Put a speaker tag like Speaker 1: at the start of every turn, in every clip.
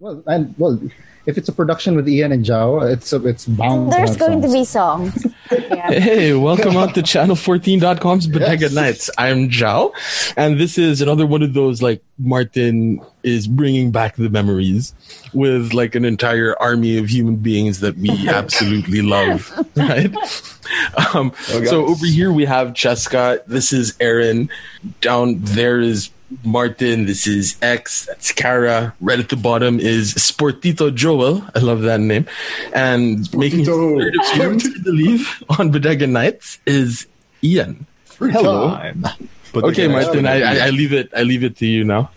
Speaker 1: Well, and well, if it's a production with Ian and Jao, it's it's bound.
Speaker 2: There's
Speaker 1: to have
Speaker 2: going to
Speaker 1: songs.
Speaker 2: be songs. Yeah.
Speaker 3: Hey, welcome out to channel14.com's Bodega
Speaker 1: Yes.
Speaker 3: Nights. I'm Zhao, and this is another one of those like Martin is bringing back the memories with like an entire army of human beings that we absolutely love, right? Um,
Speaker 4: Okay.
Speaker 3: So over here we have Cheska. This is Aaron. Down there is Martin. This is X. That's Kara. Right at the bottom is Sportito Joel. I love that name. And making his
Speaker 4: Sportito.
Speaker 3: third appearance, I believe, on Bodega Nights is Ian.
Speaker 4: Hello.
Speaker 3: But okay,
Speaker 4: Nights.
Speaker 3: Martin, I, I, I leave it. I leave it to you now.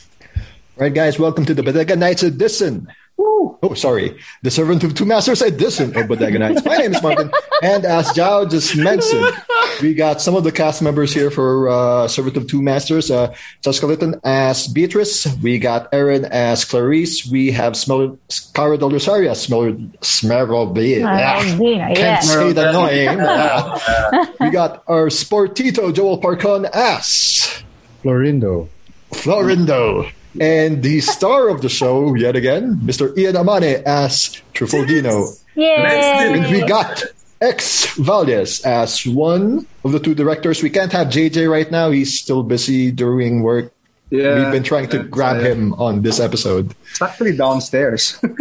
Speaker 4: Right, guys, welcome to the Bodega Nights edition. Woo. Oh, sorry. The Servant of Two Masters edition of Bodega Nights. My name is Martin. And as Jao just mentioned, we got some of the cast members here for uh, Servant of Two Masters. Uh, Jessica Litton as Beatrice. We got Erin as Clarice. We have Smel- Cara Del Rosario as Smeller. Smeller.
Speaker 2: Maraldina,
Speaker 4: Can't
Speaker 2: yeah.
Speaker 4: say the name. Ah. we got our Sportito Joel Parcon as
Speaker 1: Florindo.
Speaker 4: Florindo. And the star of the show, yet again, Mr. Ian Amane as Trifordino. And we
Speaker 2: Yay.
Speaker 4: got X Valdez as one of the two directors. We can't have JJ right now. He's still busy doing work.
Speaker 5: Yeah,
Speaker 4: We've been trying to
Speaker 5: that's
Speaker 4: grab
Speaker 5: it.
Speaker 4: him on this episode.
Speaker 5: It's actually downstairs.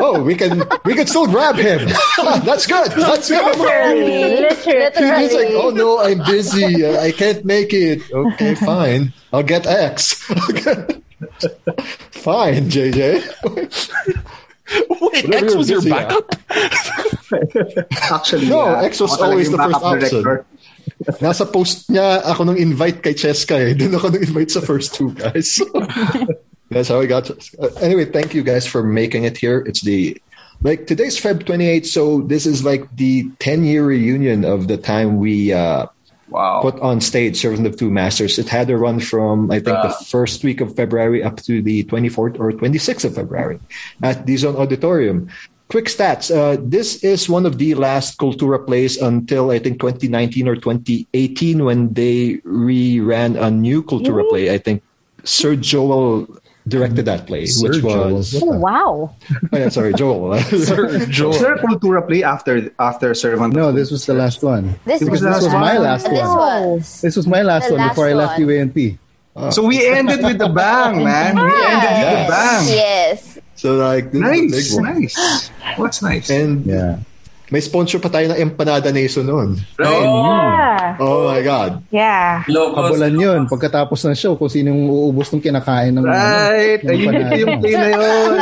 Speaker 4: Oh, we can we can still grab him. That's good. That's good.
Speaker 2: Literally.
Speaker 4: He's like, oh
Speaker 2: Literally.
Speaker 4: no, I'm busy. I I can't make it. Okay, fine. I'll get X. fine, JJ.
Speaker 3: Wait,
Speaker 4: Whatever
Speaker 3: X
Speaker 4: you're
Speaker 3: was your
Speaker 4: busy at.
Speaker 3: backup?
Speaker 5: actually,
Speaker 4: No,
Speaker 5: yeah,
Speaker 4: X was
Speaker 5: ako talaga
Speaker 4: always
Speaker 5: yung
Speaker 4: the first
Speaker 5: backup
Speaker 4: option. Nasa post niya ako nung invite kay Cheska eh. Doon ako nung invite sa first two guys. That's how I got. uh, anyway, thank you guys for making it here. It's the like today's Feb 28, so this is like the 10 year reunion of the time we uh,
Speaker 5: Wow.
Speaker 4: put on stage Servant of Two Masters. It had a run from I think the first week of February up to the 24th or 26th of February at the Zone Auditorium. Quick stats. Uh, this is one of the last Cultura plays until I think 2019 or 2018 when they re-ran a new Cultura play. I think Sir Joel directed that play, which was
Speaker 2: Oh, wow.
Speaker 4: Oh, yeah, sorry, Joel.
Speaker 3: Sir
Speaker 5: Was
Speaker 3: Joel.
Speaker 5: there a Cultura play after after Servant?
Speaker 1: No, this was the last one.
Speaker 2: This
Speaker 1: because this
Speaker 2: was
Speaker 1: was
Speaker 5: the
Speaker 1: my
Speaker 2: last
Speaker 1: last
Speaker 2: This
Speaker 1: one.
Speaker 2: was.
Speaker 1: This was my last
Speaker 2: The
Speaker 1: one before I
Speaker 2: last
Speaker 1: left
Speaker 2: one.
Speaker 1: UANP.
Speaker 5: So we ended with the bang, man. We ended with the bang.
Speaker 2: Ah, Yes.
Speaker 4: so like this
Speaker 5: Nice,
Speaker 4: is a big one.
Speaker 5: nice. What's nice?
Speaker 4: And
Speaker 1: Yeah.
Speaker 4: may sponsor pa tayo ng Empanada Nation noon.
Speaker 2: Yeah.
Speaker 4: Oh my god.
Speaker 2: Yeah.
Speaker 6: Locos.
Speaker 1: Kabulan yun. Pagkatapos ng show, kung sino yung uubos ng kinakain ng
Speaker 5: Right.
Speaker 1: ng
Speaker 5: Ayun
Speaker 1: panalo.
Speaker 5: yung play na yun.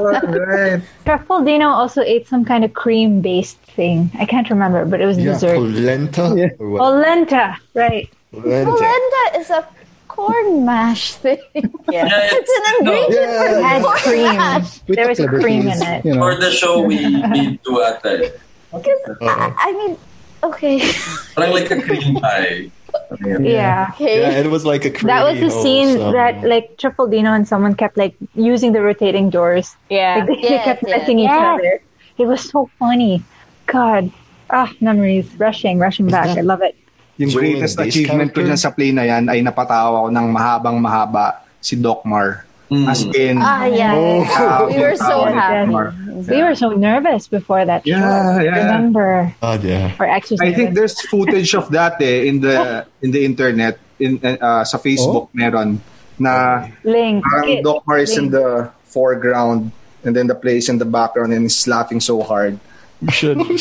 Speaker 5: Right.
Speaker 7: Truffaldino also ate some kind of cream based thing. I can't remember, but it was
Speaker 4: Yeah,
Speaker 7: dessert.
Speaker 4: polenta.
Speaker 1: Yeah.
Speaker 4: Or what?
Speaker 7: Polenta, right.
Speaker 4: Polenta.
Speaker 2: Polenta is a corn mash thing.
Speaker 6: Yeah,
Speaker 2: It's an
Speaker 6: no.
Speaker 2: ingredient
Speaker 7: It
Speaker 4: Yeah.
Speaker 7: had
Speaker 2: Corn
Speaker 7: cream.
Speaker 2: mash.
Speaker 1: With
Speaker 7: There
Speaker 1: the
Speaker 7: was a
Speaker 1: clever
Speaker 7: cream
Speaker 1: things,
Speaker 7: in it.
Speaker 1: You
Speaker 6: For
Speaker 1: know,
Speaker 6: the show, we need to ata. eh.
Speaker 2: because I, I mean, okay,
Speaker 6: Parang like a cream pie.
Speaker 7: Yeah.
Speaker 2: okay.
Speaker 4: Yeah, it was like a creamy um,
Speaker 7: That was the
Speaker 4: or
Speaker 7: scene
Speaker 4: some-
Speaker 7: that like Truffaldino and someone kept like using the rotating doors.
Speaker 8: Yeah.
Speaker 7: Like, they
Speaker 2: Yes,
Speaker 7: kept
Speaker 2: yes.
Speaker 7: messing
Speaker 2: Yes.
Speaker 7: each other. It was so funny. God. Ah, memories. Rushing, rushing back. I love it.
Speaker 5: Yung
Speaker 4: Joel and
Speaker 5: greatest
Speaker 4: Dave's
Speaker 5: achievement ko
Speaker 4: character.
Speaker 5: dyan sa play na yan ay napatawa ko ng mahabang mahaba si Doc Mar.
Speaker 4: Hmm.
Speaker 5: As in,
Speaker 2: Ah, yeah.
Speaker 4: Oh.
Speaker 2: We were so
Speaker 5: Oh,
Speaker 2: happy.
Speaker 5: Mar.
Speaker 7: We were so nervous before that
Speaker 5: Yeah,
Speaker 7: show.
Speaker 5: yeah.
Speaker 7: Remember
Speaker 4: God, yeah.
Speaker 7: for exercise.
Speaker 5: I think there's footage of that eh, in the in the internet in uh, sa Facebook
Speaker 1: Oh.
Speaker 5: meron na
Speaker 7: Link.
Speaker 5: parang
Speaker 7: It-
Speaker 5: Doc Mar is in
Speaker 7: Link.
Speaker 5: the foreground and then the play is in the background and he's laughing so hard.
Speaker 3: You should you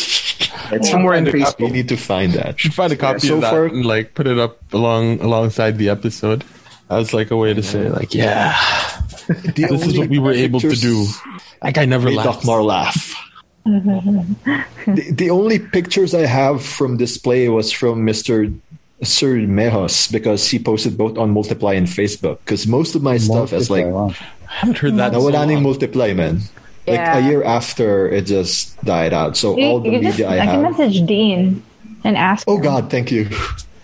Speaker 5: It's somewhere in
Speaker 4: We
Speaker 5: Facebook.
Speaker 4: need to find that.
Speaker 3: should find a copy
Speaker 4: so
Speaker 3: of that
Speaker 4: far-
Speaker 3: and like put it up along alongside the episode. That's like a way to say like, yeah, this is what we were able to do. Like I never
Speaker 4: Made Doc
Speaker 3: laughed.
Speaker 4: Mar laugh. the, the only pictures I have from this play was from Mr. Sir Mejos because he posted both on Multiply and Facebook. Because most of my stuff is like
Speaker 1: Multiply, wow.
Speaker 3: I haven't heard that. in so
Speaker 4: nawala na
Speaker 3: long.
Speaker 4: yung Multiply, man. Like
Speaker 8: Yeah.
Speaker 4: a year after, it just died out. So
Speaker 7: You-
Speaker 4: all the
Speaker 7: you
Speaker 4: media
Speaker 7: just-
Speaker 4: I
Speaker 7: can
Speaker 4: have.
Speaker 7: message Dean and ask.
Speaker 4: Oh
Speaker 7: him.
Speaker 4: God, thank you.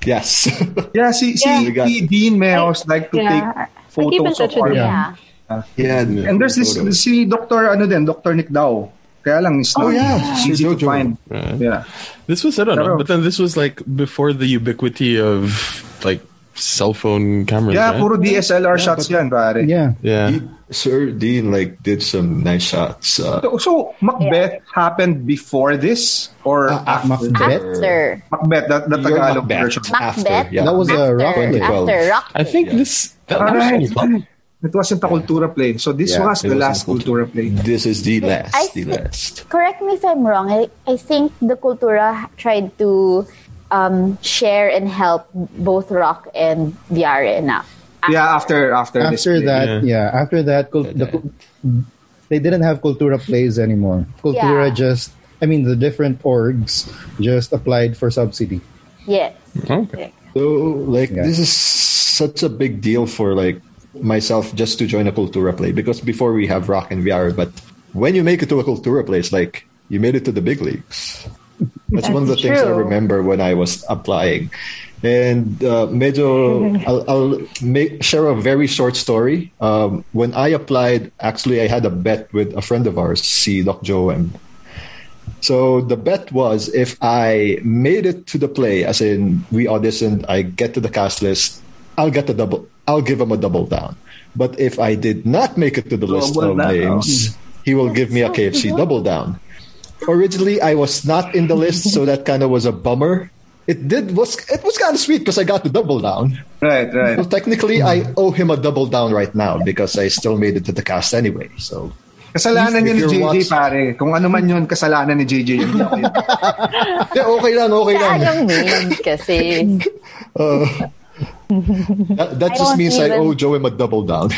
Speaker 4: Yes.
Speaker 5: Yeah, si, si,
Speaker 7: Yeah.
Speaker 5: si Dean Meos like to
Speaker 7: Yeah. I
Speaker 5: take
Speaker 7: keep in
Speaker 5: photos of
Speaker 7: touch with
Speaker 5: art.
Speaker 7: him.
Speaker 2: Yeah.
Speaker 4: yeah.
Speaker 5: And there's this si Dr. ano din, Dr. Nick Dow. Kaya lang it's
Speaker 4: Oh,
Speaker 5: not
Speaker 4: yeah.
Speaker 5: easy
Speaker 4: Si
Speaker 5: to
Speaker 4: Jojo.
Speaker 5: find.
Speaker 3: Right.
Speaker 5: Yeah.
Speaker 3: This was I don't
Speaker 5: Pero-
Speaker 3: know, but then this was like before the ubiquity of like cell phone cameras.
Speaker 5: Yeah,
Speaker 3: right?
Speaker 5: puro DSLR shots yan, pare.
Speaker 1: Yeah.
Speaker 3: yeah.
Speaker 4: Sir Dean like did some nice shots. Uh,
Speaker 5: So, so Macbeth happened before this or
Speaker 4: Uh,
Speaker 5: after?
Speaker 1: Macbeth?
Speaker 2: After.
Speaker 5: Macbeth, that, the
Speaker 4: Your
Speaker 5: Tagalog
Speaker 4: Macbeth.
Speaker 5: version.
Speaker 2: Macbeth?
Speaker 4: After, yeah.
Speaker 1: That was a
Speaker 2: After.
Speaker 1: rock play.
Speaker 4: Rocketman.
Speaker 2: After. Rock.
Speaker 3: I think this. That,
Speaker 5: Alright.
Speaker 3: was fun.
Speaker 5: It wasn't a cultura play. So this
Speaker 4: Yeah,
Speaker 5: was
Speaker 4: it
Speaker 5: the
Speaker 4: was
Speaker 5: last
Speaker 4: a cultura-
Speaker 5: cultura play.
Speaker 4: This is the last,
Speaker 2: I
Speaker 4: the
Speaker 2: thi-
Speaker 4: last.
Speaker 2: Correct me if I'm wrong. I, I think the Cultura tried to um, share and help both rock and VR enough.
Speaker 5: Yeah, after after this
Speaker 1: After
Speaker 5: play.
Speaker 1: that, yeah. After that, cult- the, cul- they didn't have Cultura plays anymore. Cultura
Speaker 2: Yeah.
Speaker 1: just, I mean, the different orgs just applied for subsidy.
Speaker 2: Yes.
Speaker 3: Okay.
Speaker 4: So like
Speaker 1: Yeah.
Speaker 4: this is such a big deal for like myself just to join a cultura play because before we have rock and VR, but when you make it to a cultura play, it's like you made it to the big leagues. That's, one of the
Speaker 7: That's
Speaker 4: things I
Speaker 7: true.
Speaker 4: remember when I was applying. And uh, medyo,
Speaker 7: Mm-hmm.
Speaker 4: I'll, I'll make, share a very short story. Um, when I applied, actually, I had a bet with a friend of ours, si Doc Joem. So the bet was if I made it to the play, as in we auditioned, I get to the cast list, I'll get a double. I'll give him a double down. But if I did not make it to the list
Speaker 5: Double
Speaker 4: of
Speaker 5: down. um,
Speaker 4: names, he will give me a KFC double down. Originally, I was not in the list, so that kind of was a bummer. It did was it was kind of sweet because I got the double down.
Speaker 5: Right, right.
Speaker 4: So technically, I owe him a double down right now because I still made it to the cast anyway. So
Speaker 5: Kasalanan
Speaker 4: If
Speaker 5: yun ni
Speaker 4: you're
Speaker 5: JJ,
Speaker 4: watching-
Speaker 5: pare. Kung ano man yun, kasalanan ni JJ yun.
Speaker 4: yeah, okay lang, okay
Speaker 2: Kaya
Speaker 4: lang. Uh,
Speaker 2: yung mean kasi.
Speaker 4: That, that
Speaker 7: I
Speaker 4: just
Speaker 7: don't
Speaker 4: means I
Speaker 7: even-
Speaker 4: owe Joe him a double down.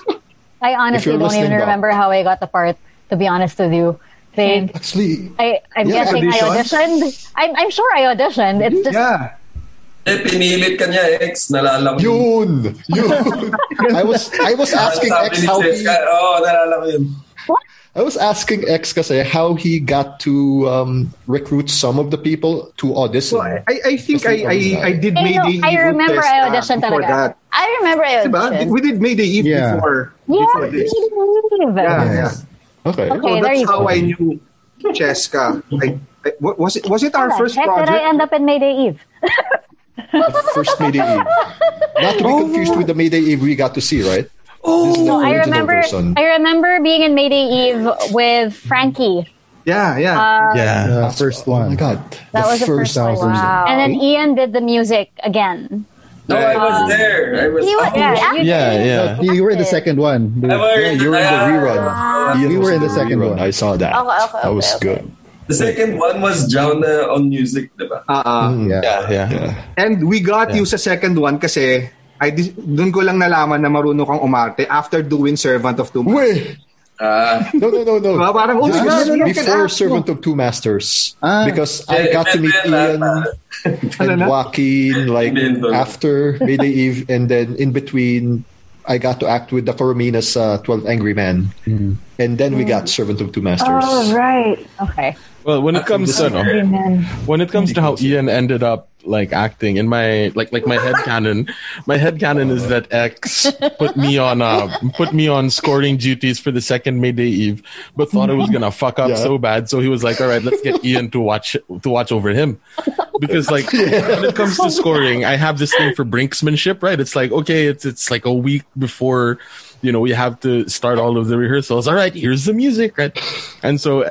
Speaker 8: I honestly
Speaker 4: you're
Speaker 8: don't
Speaker 4: listening,
Speaker 8: even
Speaker 4: Doc.
Speaker 8: remember how I got the part. To be honest with you, they,
Speaker 4: Actually,
Speaker 8: I, I'm
Speaker 4: Yeah,
Speaker 8: guessing I
Speaker 5: audition?
Speaker 8: auditioned. I'm, I'm sure I auditioned. It's just
Speaker 5: yeah.
Speaker 6: Eh, pinilit ka niya, ex. Nalalang
Speaker 4: yun, yun. I was I was asking
Speaker 6: Sabi
Speaker 4: X
Speaker 6: ni
Speaker 4: how he
Speaker 6: Jessica, Oo, nalalang yun.
Speaker 4: I was asking X kasi how he got to um, recruit some of the people to audition.
Speaker 5: So, I, I think I, I, I did
Speaker 2: Eh,
Speaker 8: Hey, no,
Speaker 5: Mayday Eve
Speaker 8: I remember
Speaker 5: test,
Speaker 8: I
Speaker 5: uh,
Speaker 8: auditioned
Speaker 5: before
Speaker 8: talaga.
Speaker 5: that.
Speaker 2: I remember I
Speaker 5: Diba?
Speaker 2: auditioned.
Speaker 5: We did Mayday Eve
Speaker 1: Yeah.
Speaker 5: before,
Speaker 8: yeah,
Speaker 5: before
Speaker 8: I
Speaker 5: this.
Speaker 8: believe it.
Speaker 5: Yeah, yeah.
Speaker 4: okay.
Speaker 8: Okay,
Speaker 5: So
Speaker 8: there
Speaker 5: that's
Speaker 8: you
Speaker 5: how
Speaker 8: go.
Speaker 5: I knew Cheska. I, I, wa- was it was it our
Speaker 8: How the
Speaker 5: first
Speaker 8: heck did I
Speaker 5: project?
Speaker 8: end up in Mayday Eve?
Speaker 4: First Mayday Eve. Not to be confused with the Mayday Eve we got to see, right? Oh,
Speaker 8: No, I remember. I remember being in Mayday Eve with Frankie,
Speaker 5: Yeah, yeah.
Speaker 3: Yeah.
Speaker 1: The first one.
Speaker 4: Oh my god.
Speaker 8: That was the first
Speaker 1: one.
Speaker 2: Wow.
Speaker 8: and then Ian did the music again.
Speaker 6: No, I was there. I was
Speaker 2: You were-
Speaker 8: Yeah, you-
Speaker 3: Yeah. Yeah.
Speaker 1: You were in the second one.
Speaker 6: I was-
Speaker 4: Yeah, you were in the rerun. Ian
Speaker 1: We
Speaker 4: was
Speaker 1: were
Speaker 4: in the second
Speaker 1: one.
Speaker 4: rerun. I saw that.
Speaker 2: Okay, okay,
Speaker 4: that was
Speaker 2: okay, okay.
Speaker 4: good.
Speaker 6: The second one was Jauna on music, di ba?
Speaker 5: Ah, ah.
Speaker 4: Mm,
Speaker 1: Yeah.
Speaker 3: Yeah. Yeah.
Speaker 5: And we got you sa second one kasi I dis- doon ko lang nalaman na marunong kang umarte after doing Servant of Two Masters.
Speaker 4: Wait.
Speaker 6: Ah,
Speaker 4: No, no, no, no.
Speaker 5: Diba? Parang, oh,
Speaker 4: This
Speaker 5: no, no, no,
Speaker 4: was
Speaker 5: you can
Speaker 4: before
Speaker 5: act.
Speaker 4: Servant of Two Masters
Speaker 1: Ah.
Speaker 4: because I got to meet Ian and
Speaker 5: na?
Speaker 4: Joaquin like
Speaker 6: Bento.
Speaker 4: after Mayday Eve, and then in between, I got to act with the Corominas uh, Twelve Angry Men, and then
Speaker 7: Mm.
Speaker 4: we got Servant of Two Masters.
Speaker 5: Ah,
Speaker 7: Oh, right.
Speaker 8: Okay.
Speaker 3: Well,
Speaker 4: Ah,
Speaker 3: when it comes to no,
Speaker 7: Amen.
Speaker 3: when it comes to how Ian ended up like acting in my like like my head canon, my head canon is that X put me on uh put me on scoring duties for the second Mayday Eve, but thought I was gonna fuck up
Speaker 4: Yeah.
Speaker 3: so bad, so he was like, all right, let's get Ian to watch to watch over him, because like when it comes to scoring, I have this thing for brinksmanship, right? It's like okay, it's it's like a week before. You know, we have to start all of the rehearsals. All right, here's the music, right? And so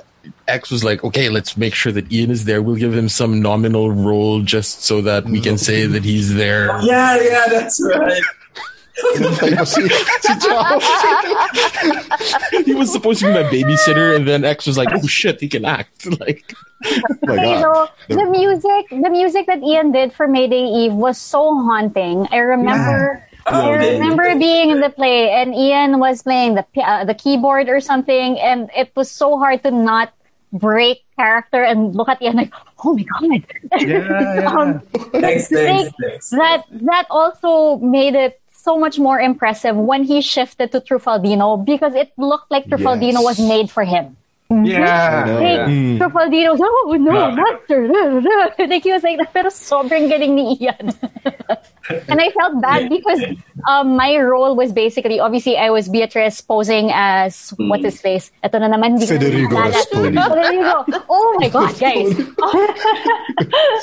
Speaker 3: X was like, okay, let's make sure that Ian is there. We'll give him some nominal role just so that we can say that he's there.
Speaker 6: Yeah, yeah, that's right.
Speaker 4: Like, si- si Chao.
Speaker 3: He was supposed to be my babysitter, and then X was like, oh shit, he can act. Like,
Speaker 4: Oh my
Speaker 8: Okay,
Speaker 4: God.
Speaker 8: so the music, the music that Ian did for Mayday Eve was so haunting. I remember, I
Speaker 6: Yeah.
Speaker 8: remember being in the play, and Ian was playing the pi- uh, the keyboard or something, and it was so hard to not break character and look at Ian like, oh my god. um,
Speaker 6: Thanks, thanks, thanks.
Speaker 8: that that also made it so much more impressive when he shifted to Trufaldino because it looked like Trufaldino was
Speaker 4: Yes.
Speaker 8: made for him.
Speaker 5: Yeah.
Speaker 8: Like, Trufaldino, no, no,
Speaker 6: Yeah.
Speaker 8: monster. Like, he was like, pero sobrang galing ni Ian. and I felt bad because um, my role was basically obviously I was Beatrice posing as what's
Speaker 6: Mm.
Speaker 8: his face. Ito na naman hindi ko na
Speaker 4: Federico
Speaker 8: naalala.
Speaker 4: Raspoli.
Speaker 8: Federico. Oh my god, guys.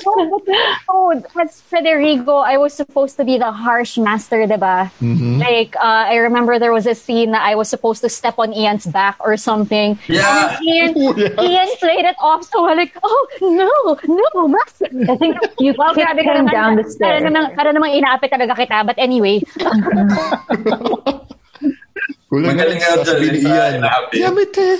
Speaker 8: oh, oh, as Federico, I was supposed to be the harsh master, diba? Like uh, I remember there was a scene that I was supposed to step on Ian's back or something.
Speaker 6: Yeah.
Speaker 8: Ian, Ian played it off, so I'm like, oh, no, no, master. I think
Speaker 7: you kicked
Speaker 8: grabe ka
Speaker 7: him
Speaker 8: naman.
Speaker 7: down the
Speaker 8: Para
Speaker 7: stairs.
Speaker 8: namang, para namang inaapit talaga kita. But anyway,
Speaker 4: Kulang
Speaker 6: Magaling
Speaker 4: lang
Speaker 6: nga
Speaker 4: sasabihin
Speaker 6: dyan. eh,
Speaker 4: ni
Speaker 6: Isa,
Speaker 4: Ian.
Speaker 6: inaapit.
Speaker 4: Damn it, eh.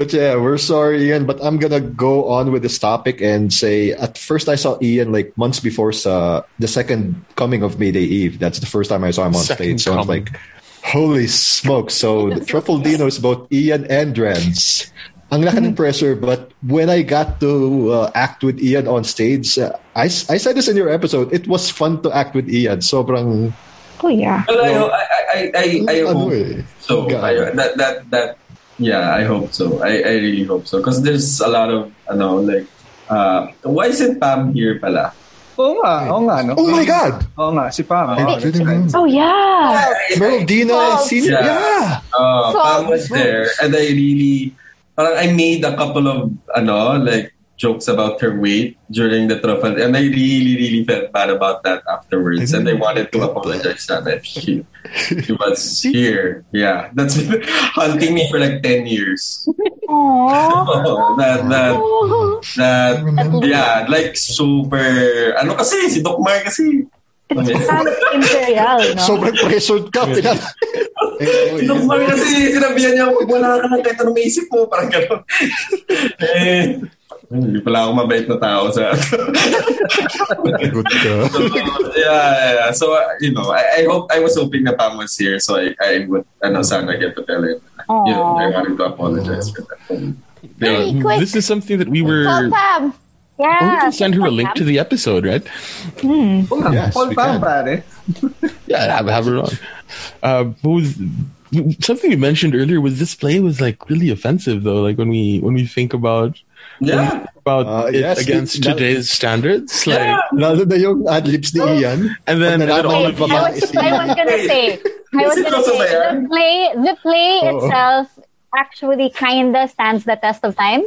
Speaker 4: But yeah, we're sorry, Ian. But I'm gonna go on with this topic and say, at first I saw Ian like months before sa, the second coming of Mayday Eve. That's the first time I saw him on
Speaker 3: Second
Speaker 4: stage. So I was
Speaker 3: coming.
Speaker 4: like, holy smoke! So the Truffle Dino's both Ian and Renz. Ang laki ng pressure, but when I got to uh, act with Ian on stage, uh, I, s- I said this in your episode. It was fun to act with Ian. Sobrang
Speaker 7: Oh yeah.
Speaker 6: Well, I, hope- I, I, I, I, I
Speaker 4: Ano
Speaker 6: hope
Speaker 4: eh.
Speaker 6: so.
Speaker 4: God.
Speaker 6: I, that, that, that, yeah, I hope so. I, I really hope so. Because there's a lot of, I know, like, uh, why isn't Pam here pala?
Speaker 5: Oo nga, oo nga, no?
Speaker 4: Oh my God!
Speaker 5: Oo nga, si Pam.
Speaker 4: I
Speaker 5: Oo, that's
Speaker 4: didn't
Speaker 5: right.
Speaker 7: Oh
Speaker 4: know.
Speaker 7: yeah.
Speaker 4: Meryl Dina
Speaker 2: Well,
Speaker 4: Senior.
Speaker 6: yeah.
Speaker 4: Yeah.
Speaker 6: Uh,
Speaker 2: So-
Speaker 6: Pam was there, and I really, parang I made a couple of, ano, like, jokes about her weight during the truffle, and I really, really felt bad about that afterwards, and I wanted to apologize that if she, she was here. Yeah, that's been haunting me for like 10 years. Oh, that, that, that,
Speaker 4: Remember?
Speaker 6: yeah, like, super, ano kasi, si Doc Mar kasi.
Speaker 7: Imperial, no?
Speaker 4: Sobrang pressured ka. Tina-
Speaker 6: Si Doc Mar kasi sinabihan niya, huwag wala ka lang kahit anong maisip mo. Parang gano'n. eh, hindi pala ako mabait na tao sa...
Speaker 4: Good ka.
Speaker 6: so, yeah, yeah. So, uh, you know, I, I hope, I was hoping na Pam was here so I, I would, ano, sana get to tell him. You know, I wanted to apologize for that.
Speaker 2: Hey, quick.
Speaker 3: This is something that we were.
Speaker 2: Call Pam.
Speaker 3: Oh, we
Speaker 8: yeah.
Speaker 3: can send her a link to the episode, right?
Speaker 5: Oo nga,
Speaker 4: Yes,
Speaker 5: Paul
Speaker 4: we
Speaker 5: Pam,
Speaker 4: can.
Speaker 5: pare.
Speaker 3: Yeah, have, have her on. Uh, but was- something you mentioned earlier was this play was like really offensive though. Like when we when we think about
Speaker 6: Yeah.
Speaker 3: about
Speaker 4: Uh,
Speaker 3: it
Speaker 4: yes,
Speaker 3: against
Speaker 4: it- that-
Speaker 3: todayys standards, like
Speaker 4: Lalo na yung adlibs ni
Speaker 6: Oh.
Speaker 4: Ian.
Speaker 3: and then, and then all
Speaker 8: I
Speaker 3: of the
Speaker 4: Pam
Speaker 8: was,
Speaker 4: is
Speaker 8: I was gonna say, I was
Speaker 6: Is it
Speaker 8: gonna
Speaker 6: also
Speaker 8: say,
Speaker 6: there? Oh.
Speaker 8: the play, the play
Speaker 4: Oo.
Speaker 8: itself actually kinda stands the test of time.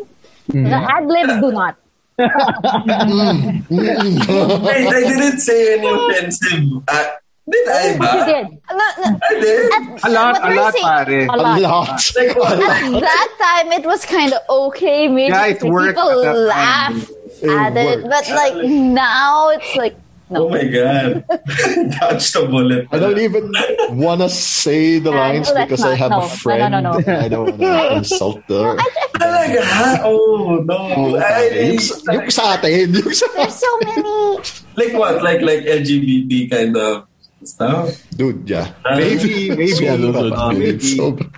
Speaker 8: The
Speaker 6: Hmm.
Speaker 8: ad libs do not.
Speaker 6: Wait, I didn't say any offensive. Uh, did I Ah.
Speaker 8: But you
Speaker 6: ba?
Speaker 8: did
Speaker 2: No, no,
Speaker 6: I did.
Speaker 5: A lot,
Speaker 2: What
Speaker 5: a
Speaker 2: we're
Speaker 5: lot,
Speaker 2: saying-
Speaker 5: pare.
Speaker 8: a
Speaker 4: A
Speaker 8: lot.
Speaker 4: lot.
Speaker 6: Like, what?
Speaker 2: At that time, it was kind of okay. Maybe
Speaker 5: Yeah, it worked
Speaker 2: people
Speaker 5: at that time.
Speaker 2: laugh
Speaker 4: It
Speaker 2: at
Speaker 4: worked.
Speaker 2: it, but like now, it's like
Speaker 6: Oh my god. Dodged a bullet.
Speaker 4: I don't even want to say the
Speaker 8: Yeah,
Speaker 4: lines
Speaker 8: no, that's
Speaker 4: because I
Speaker 8: not-
Speaker 4: have
Speaker 8: no,
Speaker 4: a
Speaker 8: no, no,
Speaker 4: friend.
Speaker 8: no.
Speaker 4: I don't want to insult her.
Speaker 6: Talaga? Oh, no. I,
Speaker 4: Yung, yung sa atin. Yung sa...
Speaker 2: there's so many.
Speaker 6: like what? Like like LGBT kind of stuff? Ah.
Speaker 4: Dude, yeah.
Speaker 5: Maybe, maybe.
Speaker 4: Sobrang
Speaker 3: those are
Speaker 4: baba.
Speaker 5: dudes.
Speaker 4: Sobrang-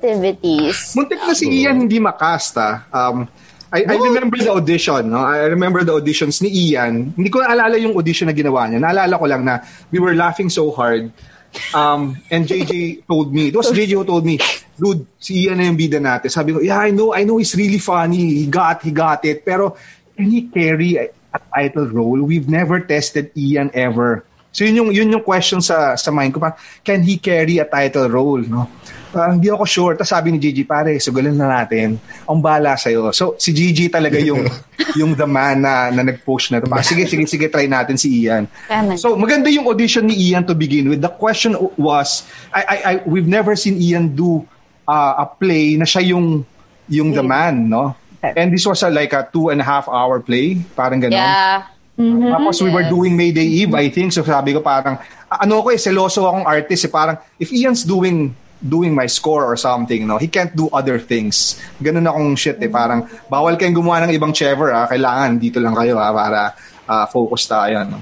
Speaker 2: sensitivities.
Speaker 5: Muntik na si Ian hindi makast ah. Um, I, I remember the audition, no? I remember the auditions ni Ian. Hindi ko naalala yung audition na ginawa niya. Naalala ko lang na we were laughing so hard. Um, and JJ told me, it was JJ who told me, dude, si Ian na yung bida natin. Sabi ko, yeah, I know, I know he's really funny. He got, he got it. Pero can he carry a, a title role? We've never tested Ian ever. So yun yung, yun yung question sa, sa mind ko. Parang, can he carry a title role? No? Parang hindi ako sure. Tapos sabi ni Gigi, pare, sugalan na natin. Ang bala sa'yo. So si Gigi talaga yung, yung the man na, na nag-post na to. Parang, sige, sige, sige, try natin si Ian.
Speaker 2: Tama.
Speaker 5: So maganda yung audition ni Ian to begin with. The question was, I, I, I we've never seen Ian do uh, a play na siya yung yung the man, no? And this was a, like a two and a half hour play, parang ganon.
Speaker 2: yeah. Mm-hmm.
Speaker 5: Tapos we were doing Mayday Eve, I think. So sabi ko parang, a- ano ko eh, seloso akong artist eh. Parang, if Ian's doing doing my score or something, no? He can't do other things. Ganun akong shit eh. Parang, bawal kayong gumawa ng ibang chever, ah. Kailangan, dito lang kayo, ah, para ah, focus tayo, no?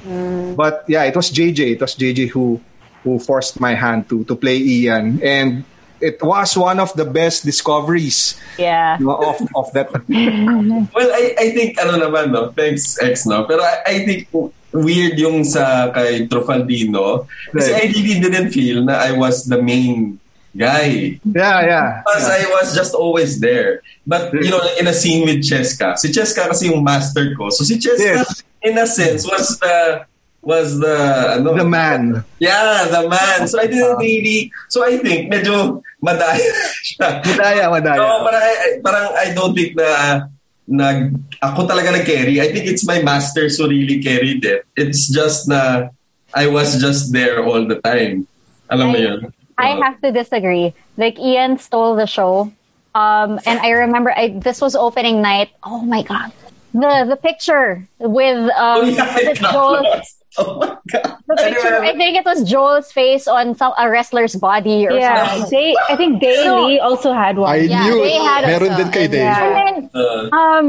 Speaker 5: But yeah, it was JJ. It was JJ who who forced my hand to to play Ian. And it was one of the best discoveries
Speaker 8: Yeah.
Speaker 5: no, of, of that
Speaker 6: Well, I, I think, ano naman, no? Thanks, ex, no? Pero I, I think weird yung sa kay Trofaldino kasi I really didn't feel na I was the main guy.
Speaker 5: Yeah, yeah.
Speaker 6: Because I was just always there. But, you know, in a scene with Cheska, si Cheska kasi yung master ko. So si Cheska,
Speaker 5: Yes.
Speaker 6: in a sense, was the was the ano,
Speaker 5: The man. Ah.
Speaker 6: Yeah, the man. So I didn't really. So I think medyo madaya siya.
Speaker 5: Madaya, madaya.
Speaker 6: No, parang, I, I- parang I don't think na nag ako talaga nag-carry. I think it's my masters who really carried it. It's just na I was just there all the time. Alam mo
Speaker 8: I-
Speaker 6: yun?
Speaker 8: I
Speaker 6: Uh,
Speaker 8: have to disagree. Like Ian stole the show, um, and I remember I this was opening night. Oh my god, the the picture with
Speaker 6: Oh,
Speaker 8: um,
Speaker 6: yeah, I
Speaker 8: with
Speaker 6: got
Speaker 8: Joel's
Speaker 6: lost. Oh my God.
Speaker 8: the picture.
Speaker 6: Anyway,
Speaker 8: I think it was Joel's face on some a wrestler's body or
Speaker 7: Yeah,
Speaker 8: something.
Speaker 7: they. I think Daily also had one.
Speaker 4: I
Speaker 8: Yeah,
Speaker 4: knew
Speaker 8: they
Speaker 4: it.
Speaker 8: had a
Speaker 4: Meron
Speaker 8: show,
Speaker 4: din kay
Speaker 8: and-
Speaker 4: Dave.
Speaker 7: yeah.
Speaker 8: And
Speaker 6: uh,
Speaker 8: then um,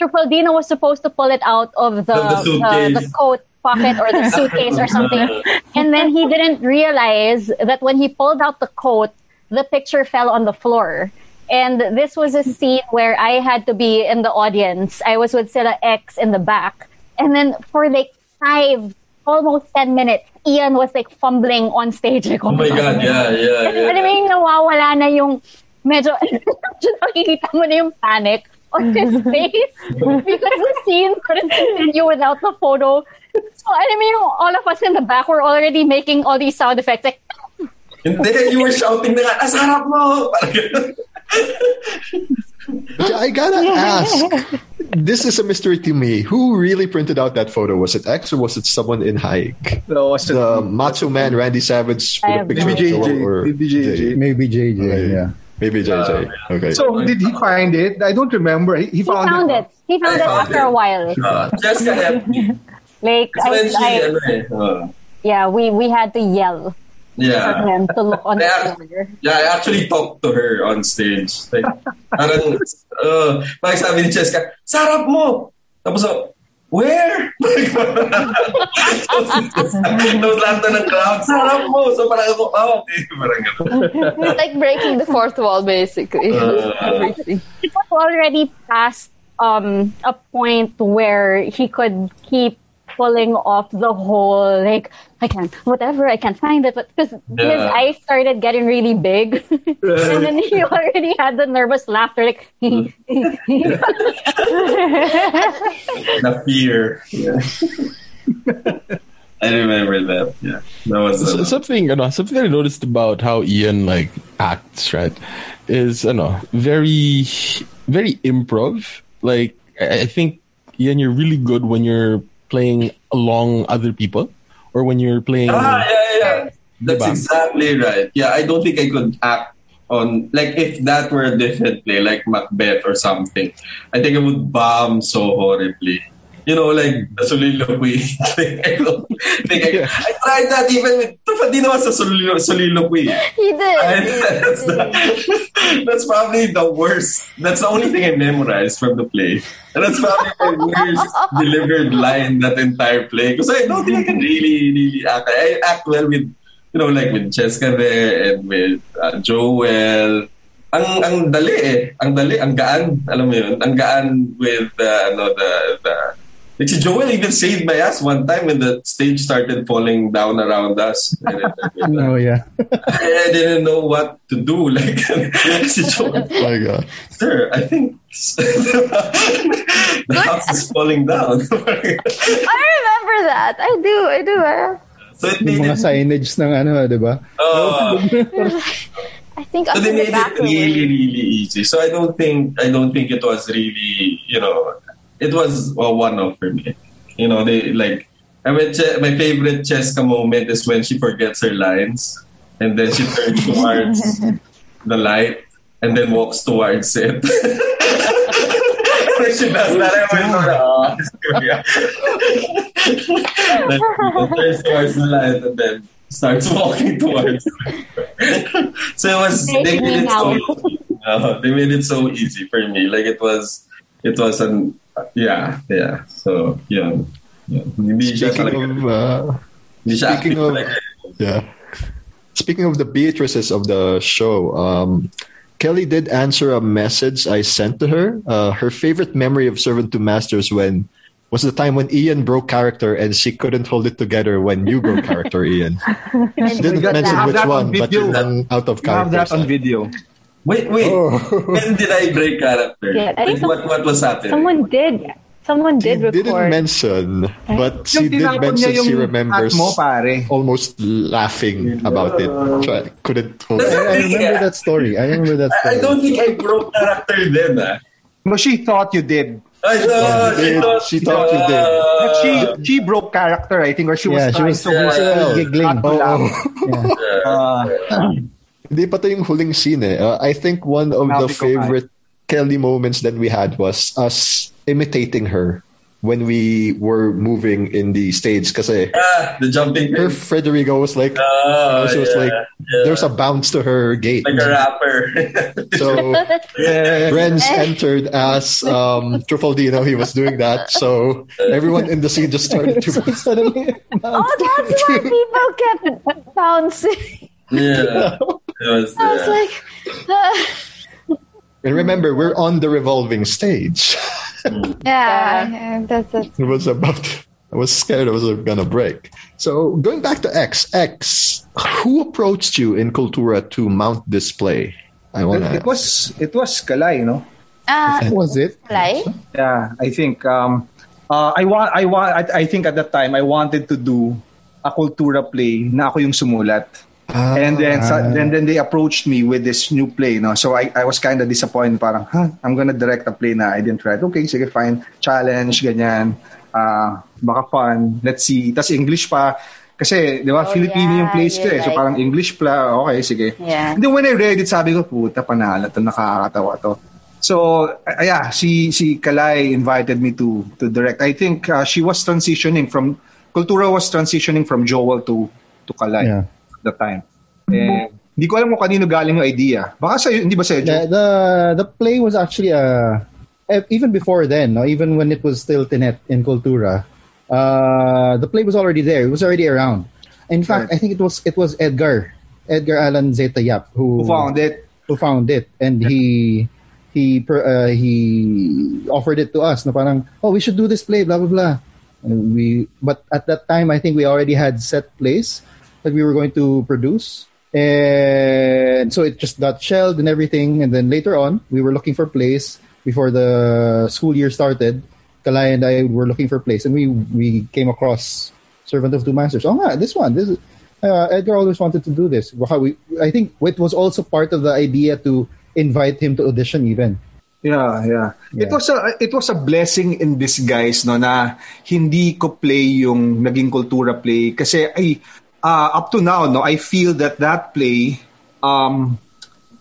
Speaker 8: Trifaldino was supposed to pull it out of
Speaker 6: Of the
Speaker 8: the the, the
Speaker 6: suitcase.
Speaker 8: coat pocket or the suitcase or something. And then he didn't realize that when he pulled out the coat, the picture fell on the floor. And this was a scene where I had to be in the audience. I was with Silla X in the back. And then for like five, almost 10 minutes, Ian was like fumbling on stage. Like,
Speaker 6: oh my God, yeah, yeah,
Speaker 8: And
Speaker 6: yeah.
Speaker 8: alam mo yung nawawala na yung medyo, medyo nakikita mo na yung panic on his face because the scene couldn't continue without the photo. So alam mo yung all of us in the back were already making all these sound effects like,
Speaker 6: Hindi, you were shouting na nga, "Ang sarap mo! Parang ganun.
Speaker 4: I gotta ask. This is a mystery to me. Who really printed out that photo? Was it X or was it someone in hike?
Speaker 5: No, was it-
Speaker 4: The Macho Man, Randy Savage,
Speaker 8: I
Speaker 4: with a
Speaker 8: have
Speaker 4: picture
Speaker 8: no
Speaker 4: of
Speaker 5: idea.
Speaker 4: Joel or
Speaker 5: Maybe JJ.
Speaker 4: Dave.
Speaker 1: Maybe JJ,
Speaker 4: Okay.
Speaker 1: yeah.
Speaker 4: Maybe JJ. Okay.
Speaker 5: Uh, So did he find it? I don't remember. He, he
Speaker 8: he
Speaker 5: found,
Speaker 8: found it. He found
Speaker 6: I
Speaker 8: it
Speaker 6: found
Speaker 8: after
Speaker 6: it.
Speaker 8: a while.
Speaker 6: Uh, Jessica helped me.
Speaker 8: Like
Speaker 6: It's
Speaker 8: I,
Speaker 6: when she,
Speaker 8: I-
Speaker 6: ano eh, uh,
Speaker 8: yeah, we we had to yell for
Speaker 6: yeah.
Speaker 8: him to look on the
Speaker 6: Yeah.
Speaker 8: floor.
Speaker 6: Yeah, I actually talked to her on stage. Like, parang, uh, parang sabi ni Cheska, sarap mo! Tapos, uh, where? tapos, tapos lahat na ng crowd, sarap mo! So parang ako, oh, okay. Parang ganun.
Speaker 2: like breaking the fourth wall, basically.
Speaker 6: Uh,
Speaker 2: Everything.
Speaker 8: It was already past um a point where he could keep pulling off the whole like I can't whatever I can't find it because his
Speaker 6: Yeah.
Speaker 8: eyes started getting really big and then he already had the nervous laughter like
Speaker 6: the fear. Yeah. I remember that. Yeah, that was
Speaker 3: So-
Speaker 6: uh,
Speaker 3: something, ano, something I noticed about how Ian like acts, right, is ano, very, very improv. Like I I think Ian, you're really good when you're playing along other people, or when you're playing.
Speaker 6: Ah, yeah, yeah, yeah. That's
Speaker 3: Diba?
Speaker 6: exactly right. Yeah, I don't think I could act on like if that were a different play, like Macbeth or something. I think I would bomb so horribly. You know, like the soliloquy thing. I don't think I, I tried that even with Tufadino was a solilo- soliloquy.
Speaker 2: He
Speaker 6: I-
Speaker 2: did.
Speaker 6: that's, the- that's probably the worst. That's the only thing I memorized from the play. And that's probably the worst delivered line that entire play. Because I don't think I can really, really act. I act well with, you know, like with Cheska there and with uh, Joel. Ang ang dali eh. Ang dali, ang gaan. Alam mo yun? Ang gaan with the, ano, the, the, like si Joel even saved my ass one time when the stage started falling down around us.
Speaker 1: No, Oh, yeah.
Speaker 6: I didn't know what to do. Like, si Joel,
Speaker 4: Oh my God.
Speaker 6: sir, I think the house is falling down. so
Speaker 2: I remember that. I do. I do. I,
Speaker 6: it
Speaker 1: Yung
Speaker 6: made
Speaker 1: mga
Speaker 6: it,
Speaker 1: signage ng ano, di ba?
Speaker 6: oh,
Speaker 2: I think
Speaker 6: so
Speaker 2: under
Speaker 6: they made
Speaker 2: the back
Speaker 6: it
Speaker 2: wall.
Speaker 6: really, really easy. So I don't think I don't think it was really, you know, it was a one-off for me. You know, they like. I mean, che- my favorite Cheska moment is when she forgets her lines and then she turns towards the light and then walks towards it. when she does that, I went, "Aw." Then she turns towards the light and then starts walking towards it. so it was, they made it so easy. No, Uh, they made it so easy for me. Like it was, it was an, yeah, yeah. So, yeah. yeah. Hindi siya talaga-
Speaker 4: Speaking of, uh,
Speaker 6: hindi siya
Speaker 4: speaking
Speaker 6: active
Speaker 4: of-
Speaker 6: talaga.
Speaker 4: yeah. Speaking of the Beatrices of the show, um, Kelly did answer a message I sent to her. Uh, her favorite memory of Servant to Masters when was the time when Ian broke character and she couldn't hold it together when you broke character, Ian. She didn't
Speaker 5: God,
Speaker 4: mention
Speaker 5: have
Speaker 4: which
Speaker 5: that on
Speaker 4: one, but
Speaker 5: video.
Speaker 4: you're lang out of
Speaker 5: You have
Speaker 4: character.
Speaker 5: that on video.
Speaker 4: Oh.
Speaker 6: Wait, wait. When did I break character?
Speaker 7: Yeah, I think
Speaker 6: Like, what, what was happening?
Speaker 7: Someone did. Someone did
Speaker 4: She didn't
Speaker 7: record.
Speaker 4: mention, but she
Speaker 5: Yung
Speaker 4: did
Speaker 5: tinangkad
Speaker 4: mention
Speaker 5: niya yung
Speaker 4: she remembers
Speaker 5: hat mo, pare.
Speaker 4: almost laughing about it. Try- Couldn't hold
Speaker 1: I, I
Speaker 4: it.
Speaker 1: remember
Speaker 6: Yeah.
Speaker 1: that story. I remember that
Speaker 6: I
Speaker 1: story.
Speaker 6: don't think I broke character then. Ah.
Speaker 5: No, she thought you did.
Speaker 6: I thought,
Speaker 4: You did.
Speaker 6: I thought
Speaker 4: She thought you did.
Speaker 5: But she she broke character, I think, or she was
Speaker 1: yeah, she
Speaker 5: trying
Speaker 1: was
Speaker 5: so
Speaker 1: she was
Speaker 6: herself.
Speaker 1: giggling.
Speaker 5: Not to laugh.
Speaker 1: Yeah.
Speaker 5: Uh,
Speaker 4: Hindi pa to yung huling scene eh. Uh, I think one of the
Speaker 5: Malapit ko pa.
Speaker 4: favorite Kelly moments that we had was us imitating her when we were moving in the stage kasi
Speaker 6: Ah, the jumping
Speaker 4: her
Speaker 6: thing.
Speaker 4: Frederica was like
Speaker 6: Oh,
Speaker 4: she was
Speaker 6: yeah,
Speaker 4: like
Speaker 6: yeah.
Speaker 4: there's a bounce to her gait
Speaker 6: like a rapper.
Speaker 4: so
Speaker 5: yeah.
Speaker 4: Renz entered as um Trifaldino he was doing that so everyone in the scene just started to
Speaker 1: So suddenly,
Speaker 2: Oh, that's why people kept bouncing.
Speaker 6: yeah. It was,
Speaker 2: I was
Speaker 6: uh,
Speaker 2: like, uh,
Speaker 4: and remember we're on the revolving stage
Speaker 2: yeah, that's, that's
Speaker 4: It was about. I was scared I was gonna break. So going back to X, X, who approached you in Cultura to mount display? I wanna.
Speaker 5: It was it was Kalay, no?
Speaker 2: uh,
Speaker 1: that was it.
Speaker 2: like
Speaker 5: Yeah, I think um, uh, I want I want I, I think at that time I wanted to do a kultura play na ako yung sumulat.
Speaker 4: Ah.
Speaker 5: And then sa- then then they approached me with this new play, no. So I I was kind of disappointed parang, "Huh, I'm gonna direct a play na I didn't write." Okay, sige fine. Challenge ganyan. Ah, baka fun. Let's see. Tas English pa kasi, 'di ba,
Speaker 2: Oh,
Speaker 5: Filipino
Speaker 2: yeah,
Speaker 5: yung plays ko
Speaker 2: you
Speaker 5: eh. So
Speaker 2: like-
Speaker 5: parang English pla. Okay, sige.
Speaker 2: Yeah.
Speaker 5: And then when I read it, sabi ko, puta, panalo to, nakakatawa to. So, uh, yeah, si, si Kalay invited me to, to direct. I think uh, she was transitioning from, Kultura was transitioning from Joel to, to Kalay
Speaker 1: Yeah.
Speaker 5: at the time. And Eh, hindi ko alam kung kanino galing yung idea. Baka sa'yo, hindi ba sa'yo,
Speaker 1: The,
Speaker 5: Joel?
Speaker 1: the the play was actually uh e- even before then, no, even when it was still Tinet in Cultura, uh, the play was already there. It was already around. In fact, I
Speaker 5: Right.
Speaker 1: think it was it was Edgar Edgar Allan Zeta Yap who,
Speaker 5: Who found it?
Speaker 1: who found it, and he he per- uh, he offered it to us. Na parang oh we should do this play blah blah blah. And we but at that time I think we already had set plays that we were going to produce, and so it just got shelved and everything. And then later on we were looking for plays before the school year started. Kalai and I were looking for plays, and we we came across Servant of Two Masters. Oh nga, this one. This is, uh, Edgar always wanted to do this. Wow, we, I think it was also part of the idea to invite him to audition even.
Speaker 5: Yeah, yeah, It
Speaker 1: Yeah.
Speaker 5: was a it was a blessing in disguise no na hindi ko play yung naging kultura play kasi ay ah, up to now no I feel that that play um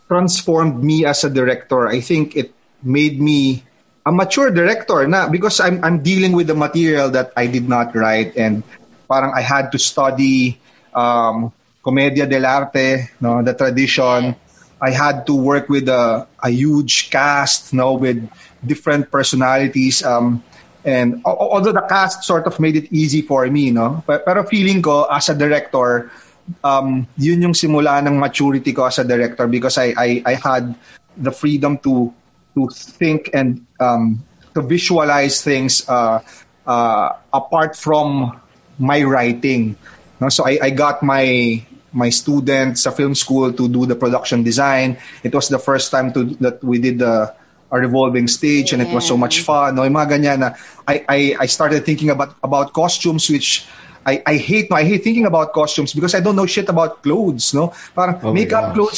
Speaker 5: transformed me as a director. I think it made me a mature director na because I'm I'm dealing with the material that I did not write and parang I had to study um commedia dell'arte, no, the tradition. I had to work with a, a huge cast, no, with different personalities um and al- al- although the cast sort of made it easy for me, no. Pe- Pero feeling ko as a director, um, yun yung simula ng maturity ko as a director because I, I, I had the freedom to to think and um, to visualize things uh, uh, apart from my writing. No, so I, I got my my students sa film school to do the production design. It was the first time to that we did the a revolving stage and it was so much fun. No, yung mga ganyan na I, I, I started thinking about about costumes which I, I hate I hate thinking about costumes because I don't know shit about clothes, no? Parang
Speaker 4: Oh my
Speaker 5: make
Speaker 4: gosh.
Speaker 5: up clothes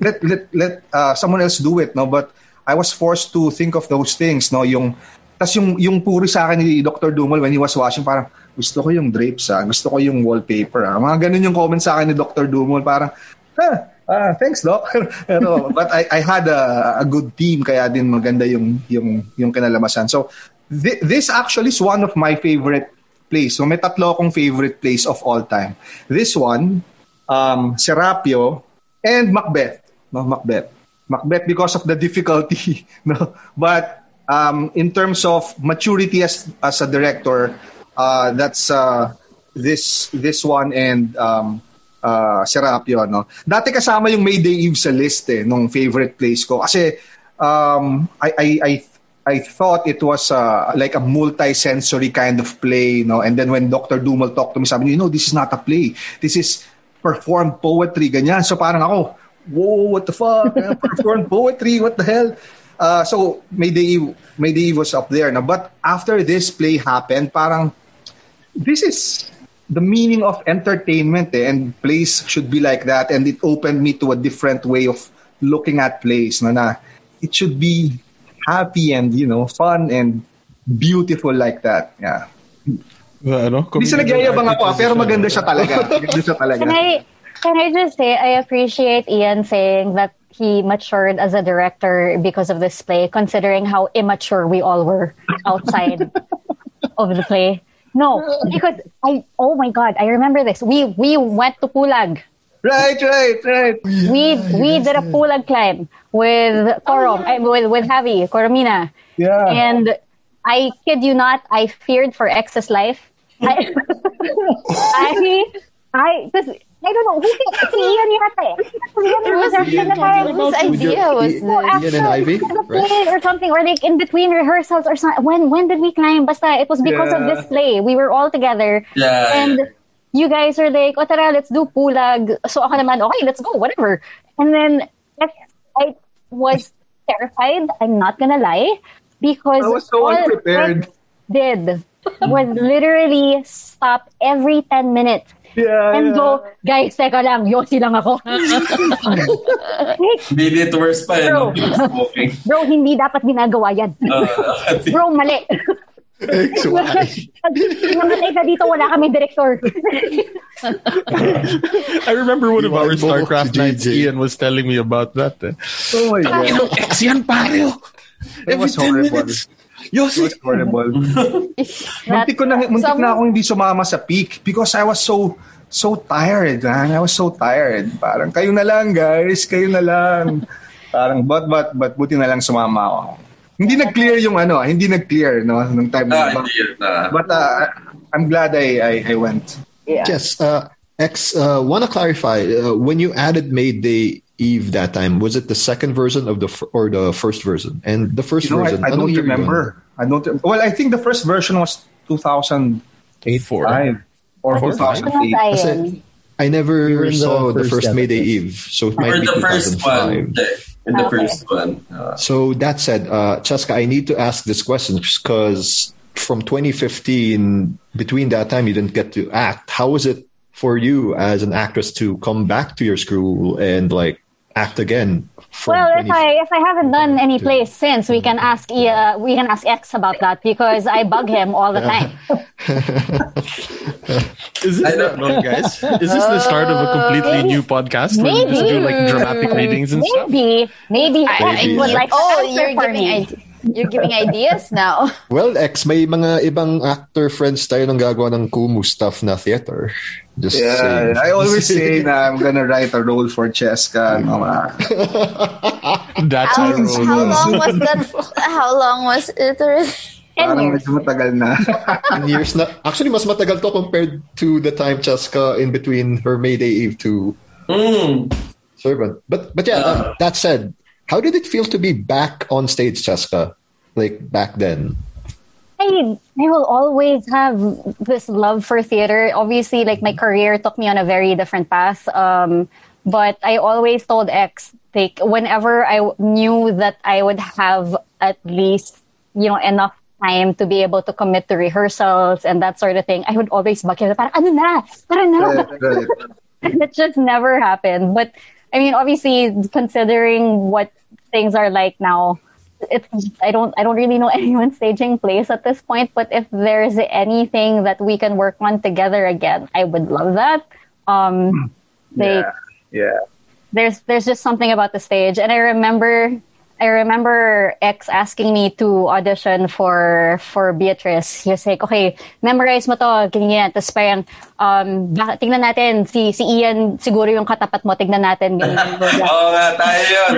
Speaker 5: let let let uh, someone else do it, no? But I was forced to think of those things, no? Yung tas yung yung puri sa akin ni Dr. Dumal when he was watching parang gusto ko yung drapes, ah. gusto ko yung wallpaper. Ah. Mga ganun yung comment sa akin ni Dr. Dumal parang huh, ah, thanks doc. Pero but I I had a, a good team kaya din maganda yung yung yung kinalamasan. So thi- this actually is one of my favorite plays. So may tatlo akong favorite plays of all time. This one, um, Serapio, and Macbeth. No, Macbeth. Macbeth because of the difficulty. No? But um, in terms of maturity as, as a director, uh, that's uh, this this one and um, uh, Serapio. No? Dati kasama yung Mayday Eve sa list eh, nung favorite plays ko. Kasi um, I, I, I I thought it was uh, like a multi-sensory kind of play, you know. And then when Dr. Dumal talked to me, sabi niya, you know, this is not a play. This is performed poetry, ganyan. So parang ako, whoa, what the fuck? Performed poetry, what the hell? Uh, so Mayday Eve, Mayday Eve was up there. Na, but after this play happened, parang this is the meaning of entertainment eh, and plays should be like that. And it opened me to a different way of looking at plays. Na, na it should be happy and you know fun and beautiful like that. Yeah.
Speaker 3: Ano?
Speaker 5: Hindi sa nagyayabang ako, ah, pero maganda siya talaga. Maganda siya talaga.
Speaker 8: Can I can I just say I appreciate Ian saying that he matured as a director because of this play, considering how immature we all were outside of the play. No, because I oh my god, I remember this. We we went to Pulag.
Speaker 5: Right, right, right.
Speaker 8: We we did a Pulag climb with Korom eh, with with Javi Coromina,
Speaker 5: Yeah.
Speaker 8: and I kid you not, I feared for X's life. I I I, 'cause I don't know who did si Ian yata eh.
Speaker 2: It was
Speaker 8: Ian
Speaker 2: Ian,
Speaker 8: talking
Speaker 2: whose
Speaker 8: about
Speaker 4: with your-
Speaker 2: idea was
Speaker 4: Ian
Speaker 8: No,
Speaker 4: and
Speaker 2: this?
Speaker 8: actually,
Speaker 4: Ivy,
Speaker 8: in the
Speaker 4: right?
Speaker 8: play or something, or like in between rehearsals or something. When when did we climb? Basta, it was because of
Speaker 5: Yeah.
Speaker 8: this play. We were all together,
Speaker 6: Yeah.
Speaker 8: and you guys are like, "O tara, let's do pulag." So ako naman, okay, let's go, whatever. And then yes, I was terrified. I'm not gonna lie, because
Speaker 5: I was so
Speaker 8: all
Speaker 5: unprepared.
Speaker 8: I did was literally stop every ten minutes
Speaker 5: Yeah,
Speaker 8: and
Speaker 5: yeah.
Speaker 8: go, guys, teka lang, yosi lang ako. Like,
Speaker 6: Made it worse pa eh. No?
Speaker 8: True. Bro, hindi dapat ginagawa yan.
Speaker 6: Uh,
Speaker 8: Bro, mali. Pag namatay ka dito, wala kami director.
Speaker 3: I remember one of our
Speaker 4: Iwan mo
Speaker 3: StarCraft
Speaker 4: si
Speaker 3: nights.
Speaker 4: JJ.
Speaker 3: Ian was telling me about that. Eh.
Speaker 5: Oh my God.
Speaker 3: X yan, pare.
Speaker 5: That was horrible. It was horrible. Muntik ko na, muntik
Speaker 2: Some-
Speaker 5: na akong hindi sumama sa peak because I was so so tired, man. I was so tired. Parang kayo na lang, guys. Kayo na lang. Parang but but but buti na lang sumama ako. Hindi nag-clear yung ano, hindi nag-clear no nung time
Speaker 6: ah,
Speaker 5: na.
Speaker 6: hindi yun. ah.
Speaker 5: But uh, I'm glad I I, I went.
Speaker 4: Yes. Uh, X, uh, want to clarify uh, when you added Mayday Eve that time, was it the second version of the f- or the first version? And the first
Speaker 5: You know, I,
Speaker 4: version,
Speaker 5: I
Speaker 4: anong year
Speaker 5: don't
Speaker 4: yun?
Speaker 5: remember. I don't Well, I think the first version was 2005
Speaker 3: Eight four.
Speaker 5: or
Speaker 8: Ano
Speaker 5: 2008.
Speaker 8: tayo?
Speaker 4: Kasi I
Speaker 1: We were
Speaker 4: never
Speaker 1: in the
Speaker 4: saw the
Speaker 1: first
Speaker 4: first
Speaker 1: episode.
Speaker 4: Mayday Eve, so it might
Speaker 6: Or
Speaker 4: be
Speaker 6: the first
Speaker 4: 2005.
Speaker 6: one. eh, In the
Speaker 8: Okay.
Speaker 6: first one. Uh,
Speaker 4: So that said, uh, Cheska, I need to ask this question because from 2015, between that time, you didn't get to act. How was it for you as an actress to come back to your school and like act again? From
Speaker 8: Well, if
Speaker 4: 2015?
Speaker 8: I if I haven't done any plays since, we can ask uh, we can ask X about that because I bug him all the time.
Speaker 3: Is this the, no, guys? Is this the start of a
Speaker 7: Uh,
Speaker 3: completely
Speaker 8: Uh,
Speaker 3: new podcast where we just do like dramatic readings and stuff?
Speaker 8: Maybe maybe X
Speaker 4: Maybe,
Speaker 8: would
Speaker 4: yeah.
Speaker 8: like
Speaker 2: Oh,
Speaker 8: to answer
Speaker 2: you're
Speaker 8: for
Speaker 2: giving
Speaker 8: me.
Speaker 2: ide- you're giving ideas now.
Speaker 4: Well, ex, may mga ibang actor friends tayo nang gagawa ng Kumu stuff na theater. Just
Speaker 5: Yeah,
Speaker 4: saying.
Speaker 5: I always say na I'm gonna write a role for Cheska. no, ah.
Speaker 3: That's
Speaker 2: How,
Speaker 3: our own.
Speaker 2: how long was that? How long was it?
Speaker 8: Ten
Speaker 5: Parang
Speaker 8: years.
Speaker 5: medyo matagal na.
Speaker 4: 10 years na. Actually, mas matagal to compared to the time Chaska in between her Mayday Eve to
Speaker 6: mm.
Speaker 4: Servant. But but yeah, uh, that said, how did it feel to be back on stage, Chaska? Like back then.
Speaker 8: I, I will always have this love for theater. Obviously, like my career took me on a very different path. Um, but I always told X, like, whenever I w- knew that I would have at least, you know, enough time to be able to commit to rehearsals and that sort of thing, I would always bucket it. Parang, ano na? Tara na!
Speaker 5: Right, right.
Speaker 8: it just never happened. But I mean, obviously, considering what things are like now, it's I don't I don't really know anyone staging plays at this point. But if there's anything that we can work on together again, I would love that. Um, like,
Speaker 5: Yeah. Yeah.
Speaker 8: there's there's just something about the stage and i remember i remember X asking me to audition for for beatrice he was like okay memorize mo to ganyan tapos parang um baka- tingnan natin si si Ian siguro yung katapat mo tingnan natin ganyan
Speaker 6: Oo nga, tayo yun.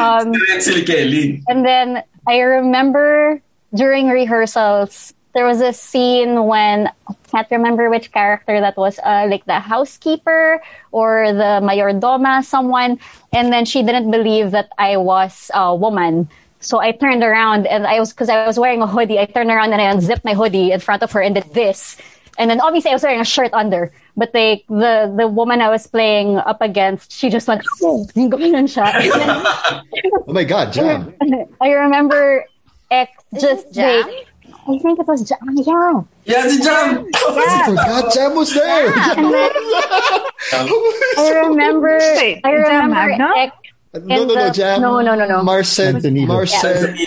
Speaker 8: um
Speaker 6: Rin si Kelly.
Speaker 8: And then I remember during rehearsals, there was a scene when I can't remember which character that was, uh, like the housekeeper or the mayordoma, someone. And then she didn't believe that I was a woman. So I turned around and I was, because I was wearing a hoodie, I turned around and I unzipped my hoodie in front of her and did this. And then obviously I was wearing a shirt under, but they the the woman I was playing up against, she just went "Oh, ganun siya. And then
Speaker 4: Oh my God, Jam.
Speaker 8: I remember X just
Speaker 2: it Jam?
Speaker 8: like I think it was Jam. Yeah.
Speaker 6: Yeah, si Jam!
Speaker 4: I forgot Jam was there.
Speaker 8: And then I remember
Speaker 7: Wait,
Speaker 8: I
Speaker 7: Jam
Speaker 8: remember
Speaker 7: Magna?
Speaker 8: X
Speaker 4: No, no,
Speaker 8: in
Speaker 4: no,
Speaker 8: the-
Speaker 4: Jam.
Speaker 7: Oh,
Speaker 8: no, no, no, no.
Speaker 4: Marcel.
Speaker 1: Manzanillo.
Speaker 4: Marcel.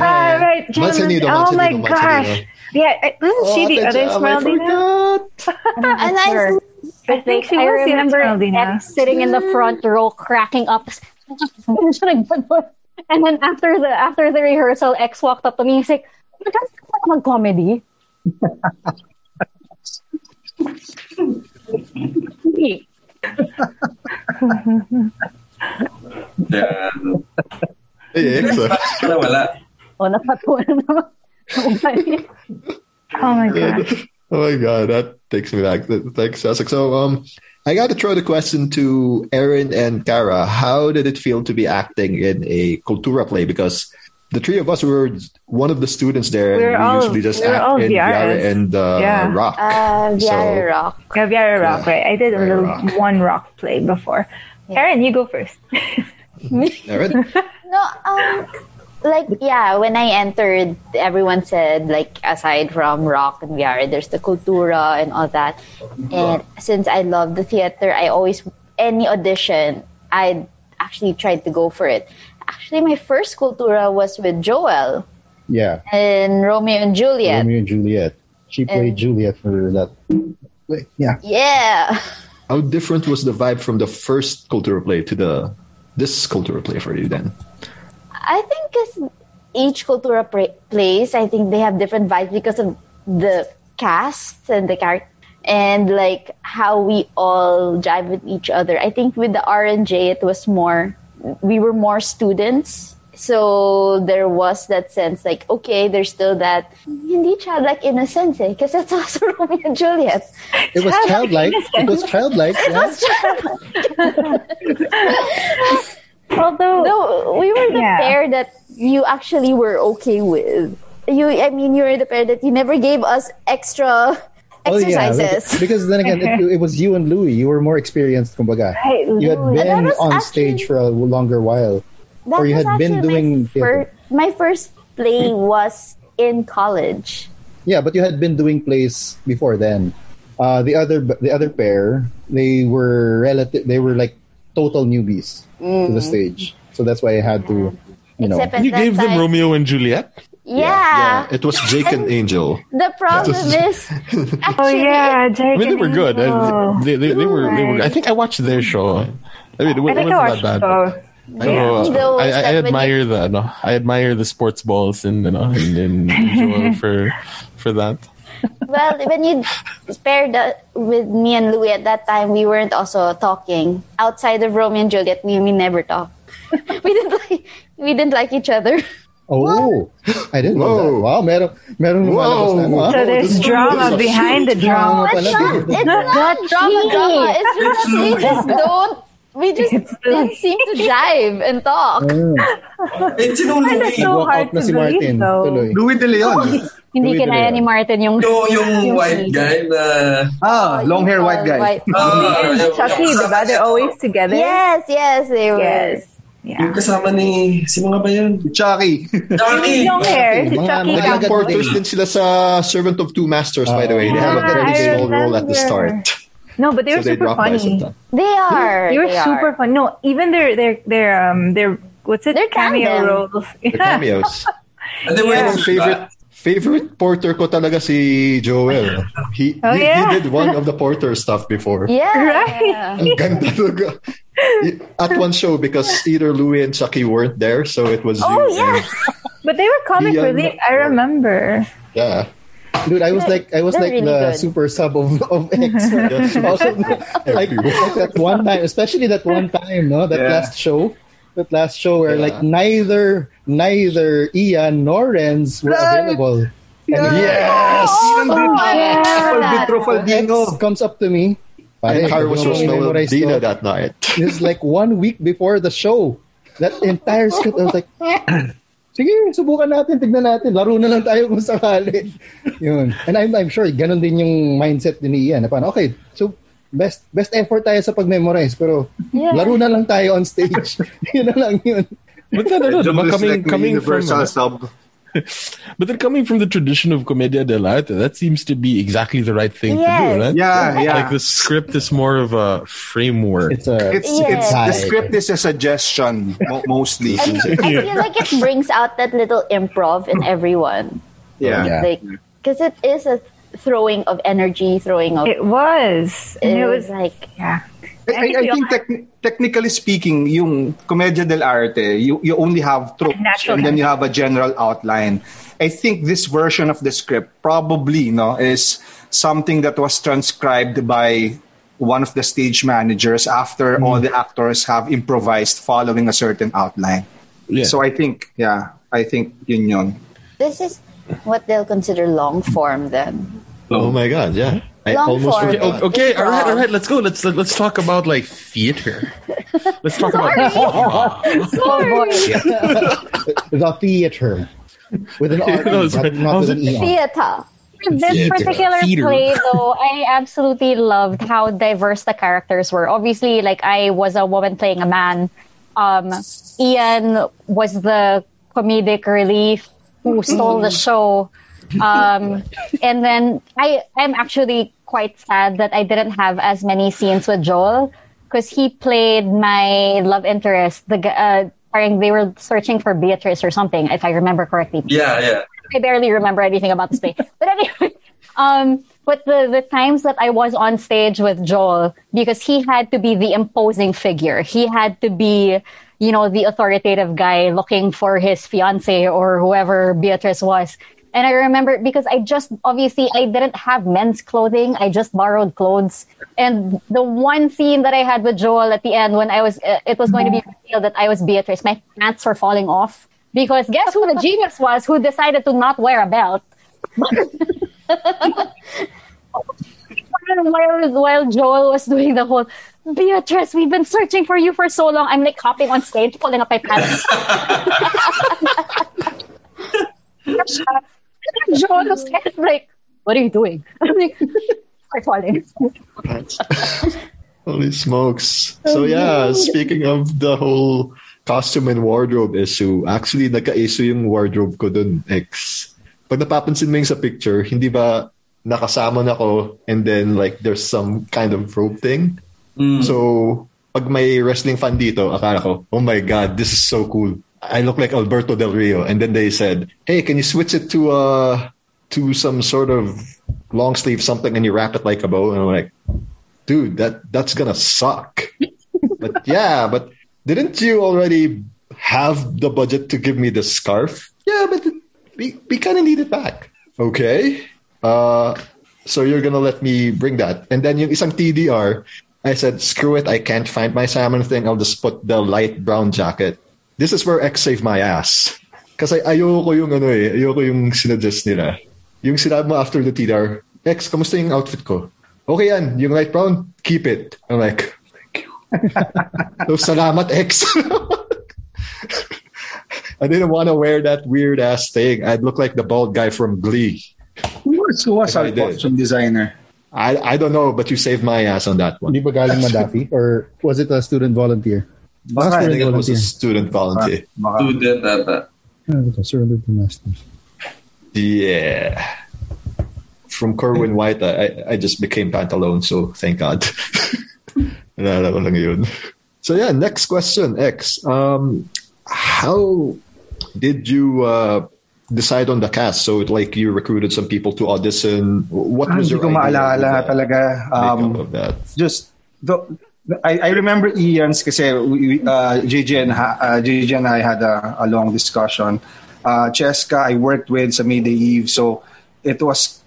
Speaker 7: All Ah, right, Jam is-
Speaker 4: Manzanillo,
Speaker 7: Oh my
Speaker 4: Manzanillo,
Speaker 7: gosh.
Speaker 4: Manzanillo.
Speaker 7: Yeah, I- isn't she the
Speaker 4: Ate
Speaker 7: other
Speaker 4: Jam, I
Speaker 7: Esmeralda?
Speaker 4: forgot.
Speaker 2: And I
Speaker 8: Sure.
Speaker 7: I think she
Speaker 8: I
Speaker 7: was the
Speaker 8: remember
Speaker 7: Esmeralda.
Speaker 8: Ed sitting in the front row cracking up. and then after the after the rehearsal, X walked up to me and he's like, "Oh my God, I'm a comedy.
Speaker 6: Yeah.
Speaker 4: Eh, Exa.
Speaker 6: Wala, wala.
Speaker 8: O, napatunan naman.
Speaker 7: Oh my god.
Speaker 4: oh my god, that takes me back. That takes Sussex. So um I gotta throw the question to Erin and Kara. How did it feel to be acting in a cultura play? Because the three of us were one of the students there, and
Speaker 7: We're
Speaker 4: we
Speaker 7: all-
Speaker 4: usually just
Speaker 7: we're
Speaker 4: act
Speaker 7: all
Speaker 4: in Yara
Speaker 7: VRs.
Speaker 4: and uh,
Speaker 7: Yeah.
Speaker 4: Rock.
Speaker 2: Uh,
Speaker 4: So-
Speaker 2: Viare Rock.
Speaker 7: Yeah, Viera Rock, right? I did a
Speaker 4: Viera
Speaker 7: little
Speaker 4: Rock.
Speaker 7: one rock play before. Erin, you go first.
Speaker 4: Erin?
Speaker 2: No,
Speaker 8: Oh,
Speaker 2: um, like yeah, when I entered, everyone said like aside from rock and VR, there's the cultura and all that. And since I love the theater, I always any audition, I actually tried to go for it. Actually, my first cultura was with Joel
Speaker 1: Yeah.
Speaker 2: in Romeo and Juliet.
Speaker 1: Romeo and Juliet. She played
Speaker 2: And-
Speaker 1: Juliet for that.
Speaker 8: Oh,
Speaker 1: Wait, yeah.
Speaker 2: Yeah.
Speaker 4: How different was the vibe from the first cultura play to the this cultura play for you then?
Speaker 2: I think 'cause each cultura pra- place, I think they have different vibes because of the cast and the character and like how we all jive with each other. I think with the RNJ, it was more we were more students. So there was that sense like, okay, there's still that hindi childlike innocence eh, because it's also Romeo and Juliet.
Speaker 1: It was childlike. It was childlike. Yeah.
Speaker 7: Although
Speaker 2: No, we were the
Speaker 7: Yeah.
Speaker 2: pair that you actually were okay with. You, I mean, you were the pair that you never gave us extra
Speaker 1: Because,
Speaker 2: exercises.
Speaker 1: Oh, because then again, it, it was you and Louis. You were more experienced, kumbaga.
Speaker 7: Right,
Speaker 1: You had
Speaker 7: Louis.
Speaker 1: been
Speaker 2: That was
Speaker 1: on
Speaker 2: actually-
Speaker 1: stage for a longer while.
Speaker 2: That
Speaker 1: or you
Speaker 2: was
Speaker 1: had been
Speaker 2: actually
Speaker 1: doing
Speaker 2: my, fir- my first play was in college.
Speaker 1: Yeah, but you had been doing plays before then. Uh, the other the other pair, they were relative. They were like total newbies to
Speaker 7: Mm.
Speaker 1: the stage, so that's why I had to, you know.
Speaker 2: Except at
Speaker 3: You
Speaker 2: that
Speaker 3: gave them
Speaker 2: time-
Speaker 3: Romeo and Juliet?
Speaker 2: Yeah.
Speaker 4: yeah. It was Jake and Angel.
Speaker 2: The problem is,
Speaker 7: Oh
Speaker 2: actually,
Speaker 7: yeah, Jake
Speaker 3: I mean, they
Speaker 7: and
Speaker 3: were good.
Speaker 7: Angel.
Speaker 3: I, they, they, they were, they were. I think I watched their show. I mean, it,
Speaker 7: I
Speaker 3: wa- it
Speaker 7: think I
Speaker 3: wasn't that
Speaker 7: watched
Speaker 3: bad.
Speaker 7: both.
Speaker 3: So, uh,
Speaker 2: Though,
Speaker 3: I,
Speaker 2: it's
Speaker 3: I, I
Speaker 2: like when
Speaker 3: admire the no, I admire the sports balls and you know and, and Joel for for that.
Speaker 2: well, when you paired up with me and Louie at that time, we weren't also talking outside of Romeo and Juliet. We we never talked. we didn't like we didn't like each other.
Speaker 1: oh, I didn't know that.
Speaker 4: Whoa.
Speaker 1: Wow, meron, meron lumalabas na, ano, ah?
Speaker 7: So there's drama behind the drama.
Speaker 1: Wala din.
Speaker 2: It's not drama, drama. It's just we just don't. We just didn't seem to jive and
Speaker 1: Oh.
Speaker 2: talk.
Speaker 6: Eh, sino
Speaker 7: Ay, that's so
Speaker 1: Walk out
Speaker 7: hard
Speaker 1: na
Speaker 7: to
Speaker 1: si Martin.
Speaker 7: believe though.
Speaker 1: Tuloy.
Speaker 5: Louis De Leon.
Speaker 8: Hindi
Speaker 1: Tuloy-tuloy
Speaker 8: kinaya ni
Speaker 1: yan.
Speaker 8: Martin yung...
Speaker 6: Yung,
Speaker 7: Oh,
Speaker 6: yung white guy na...
Speaker 5: Ah, long hair white guy.
Speaker 6: Ah, yung-
Speaker 7: Chucky,
Speaker 6: yung-
Speaker 7: diba? They're always together.
Speaker 2: Yes, yes, they were.
Speaker 7: Yes. Yeah.
Speaker 6: Yung kasama ni... Sino nga ba yun?
Speaker 5: Chucky.
Speaker 6: Johnny!
Speaker 7: Long hair, si
Speaker 1: Mga
Speaker 7: Chucky
Speaker 1: mga
Speaker 7: Campbell.
Speaker 4: Porters din sila sa Servant of Two Masters, by the way. They have a
Speaker 7: Ah,
Speaker 4: very
Speaker 7: I
Speaker 4: small role at the
Speaker 7: remember.
Speaker 4: start.
Speaker 7: No, but they
Speaker 4: So
Speaker 7: were
Speaker 4: they
Speaker 7: super
Speaker 4: drop by
Speaker 7: funny.
Speaker 4: sometime.
Speaker 2: They are.
Speaker 7: They were
Speaker 2: are.
Speaker 7: super funny. No, even their their their um their what's it?
Speaker 2: Their
Speaker 7: cameo
Speaker 2: tandem.
Speaker 7: roles.
Speaker 4: The cameos.
Speaker 6: And they were
Speaker 7: Yeah.
Speaker 6: in-
Speaker 4: favorite favorite porter ko talaga si Joel. He,
Speaker 7: Oh,
Speaker 4: he, he
Speaker 7: yeah.
Speaker 4: did one of the porter stuff before.
Speaker 2: Yeah.
Speaker 7: Right.
Speaker 4: Ang ganda talaga. At one show because either Louie and Chucky weren't there, so it was uh,
Speaker 2: Oh
Speaker 4: you.
Speaker 2: yeah.
Speaker 7: But they were comic
Speaker 4: Beyond
Speaker 7: relief. I
Speaker 4: Network.
Speaker 7: remember.
Speaker 4: Yeah.
Speaker 1: Dude, I was like, I was
Speaker 2: They're
Speaker 1: like
Speaker 2: really
Speaker 1: the
Speaker 2: good.
Speaker 1: super sub of, of X.
Speaker 4: Yes.
Speaker 1: also, like,
Speaker 4: Everyone.
Speaker 1: that one time, especially that one time, no, that
Speaker 5: Yeah.
Speaker 1: last show, that last show where
Speaker 4: Yeah.
Speaker 1: like neither neither Ian nor Renz were
Speaker 5: Right.
Speaker 1: available.
Speaker 4: Yes!
Speaker 5: Paul
Speaker 2: yeah.
Speaker 1: X
Speaker 5: Vitrofaldino.
Speaker 1: comes up to me.
Speaker 4: And
Speaker 1: Pare,
Speaker 4: Car was
Speaker 1: hindi ko
Speaker 4: Rosemel
Speaker 1: memorize to.
Speaker 4: Dina that night.
Speaker 1: This is like one week before the show. That entire script, I was like, sige, subukan natin, tignan natin. Laro na lang tayo kung sakali. Yun. And I'm, I'm sure, ganun din yung mindset din ni Ian. Na parang, okay, so best best effort tayo sa pag-memorize, pero
Speaker 2: Yeah.
Speaker 1: laro na lang tayo on stage. yun na lang yun.
Speaker 3: But then, ano, diba,
Speaker 5: Jobless
Speaker 3: coming,
Speaker 5: like me,
Speaker 3: coming from,
Speaker 5: universal
Speaker 4: ah.
Speaker 3: uh,
Speaker 5: sub.
Speaker 3: but then coming from the tradition of commedia dell'arte, that seems to be exactly the right thing to
Speaker 2: Yes.
Speaker 3: do, right?
Speaker 5: Yeah, yeah.
Speaker 3: Like the script is more of a framework.
Speaker 1: It's a...
Speaker 5: It's,
Speaker 2: Yes.
Speaker 5: it's, the
Speaker 1: Right.
Speaker 5: script is a suggestion mo- mostly.
Speaker 2: And I feel like it brings out that little improv in everyone.
Speaker 5: yeah.
Speaker 1: Yeah.
Speaker 2: Like, because it is a throwing of energy, throwing of.
Speaker 7: It was. And it was.
Speaker 2: like
Speaker 7: Yeah.
Speaker 5: I, I, I think tec- technically speaking, yung Commedia dell'arte, you, you only have tropes
Speaker 7: Natural.
Speaker 5: and then you have a general outline. I think this version of the script probably no is something that was transcribed by one of the stage managers
Speaker 4: Hmm.
Speaker 5: after all the actors have improvised following a certain outline.
Speaker 3: yeah.
Speaker 5: So I think, yeah, I think yun yun.
Speaker 2: this is what they'll consider long form then.
Speaker 4: Oh my god, yeah. I
Speaker 2: Long
Speaker 4: almost
Speaker 2: form.
Speaker 4: forgot.
Speaker 2: Oh,
Speaker 3: okay, all right,
Speaker 2: Improv.
Speaker 3: all right. Let's go. Let's let, let's talk about like theater. Let's talk about
Speaker 1: The theater. With an R,
Speaker 3: No,
Speaker 1: but
Speaker 3: sorry.
Speaker 1: not with an E. on.
Speaker 2: Theater.
Speaker 8: this
Speaker 3: Theater.
Speaker 8: particular
Speaker 3: Theater.
Speaker 8: play though i absolutely loved how diverse the characters were obviously like i was a woman playing a man um ian was the comedic relief who stole the show um and then i i'm actually quite sad that i didn't have as many scenes with joel because he played my love interest the gu- uh parang they were searching for beatrice or something if i remember correctly
Speaker 6: Yeah, yeah.
Speaker 8: I barely remember anything about this play. But anyway, um, but the, the times that I was on stage with Joel, because he had to be the imposing figure. He had to be, you know, the authoritative guy looking for his fiance or whoever Beatrice was. And I remember because I just obviously I didn't have men's clothing. I just borrowed clothes. And the one scene that I had with Joel at the end when I was uh, it was going to be revealed that I was Beatrice, my pants were falling off because guess who the genius was who decided to not wear a belt? while, while Joel was doing the whole Beatrice, we've been searching for you for so long. I'm like hopping on stage, pulling up my pants. Joel was kind of like, "What are you doing?" I'm like, "I'm falling."
Speaker 4: Holy smokes. So yeah, speaking of the whole costume and wardrobe issue, actually nagka-issue yung wardrobe ko dun, X. Pag napapansin mo yung sa picture, hindi ba nakasama na ko and then like there's some kind of rope thing? So pag may wrestling fan dito, akala ko, oh my god, this is so cool. I look like Alberto Del Rio. And then they said, hey, can you switch it to uh to some sort of long sleeve something and you wrap it like a bow? And I'm like, dude, that that's gonna suck. but yeah, but didn't you already have the budget to give me the scarf? Yeah, but we we kind of need it back. Okay. Uh, so you're gonna let me bring that, and then yung isang TDR, I said, screw it, I can't find my salmon thing. I'll just put the light brown jacket. This is where X saved my ass. Kasi ayoko yung ano eh, ayoko yung sinuggest nila. Yung sinabi mo after the TDR, X, kamusta yung outfit ko? Okay yan, yung light brown, keep it. I'm like, thank you. so, salamat, X. I didn't want to wear that weird ass thing. I'd look like the bald guy from Glee.
Speaker 5: Who was, who was
Speaker 4: I
Speaker 5: our
Speaker 4: did.
Speaker 5: costume designer?
Speaker 4: I, I don't know, but you saved my ass on that one.
Speaker 1: Hindi ba galing Madafi? Or was it a student volunteer? Baka
Speaker 4: I think
Speaker 1: student
Speaker 4: it was a
Speaker 1: volunteer.
Speaker 4: student volunteer.
Speaker 5: Baka-
Speaker 6: Student ata.
Speaker 1: Ah, ito, Surrendered to masters.
Speaker 4: Yeah. From Corwin White, I, I- I just became Pantalone, so thank God. Naalala ko lang yun. So yeah, next question, X. Um, how did you uh, decide on the cast? So like you recruited some people to audition. What
Speaker 5: Ah,
Speaker 4: was
Speaker 5: Hindi
Speaker 4: your
Speaker 5: ko maalala
Speaker 4: idea of the
Speaker 5: talaga. Um,
Speaker 4: makeup of that?
Speaker 5: just the, I, I remember Ian's kasi we, we, uh, JJ and ha, uh, JJ and I had a, a long discussion. Uh, Cheska, I worked with sa Mayday Eve, so it was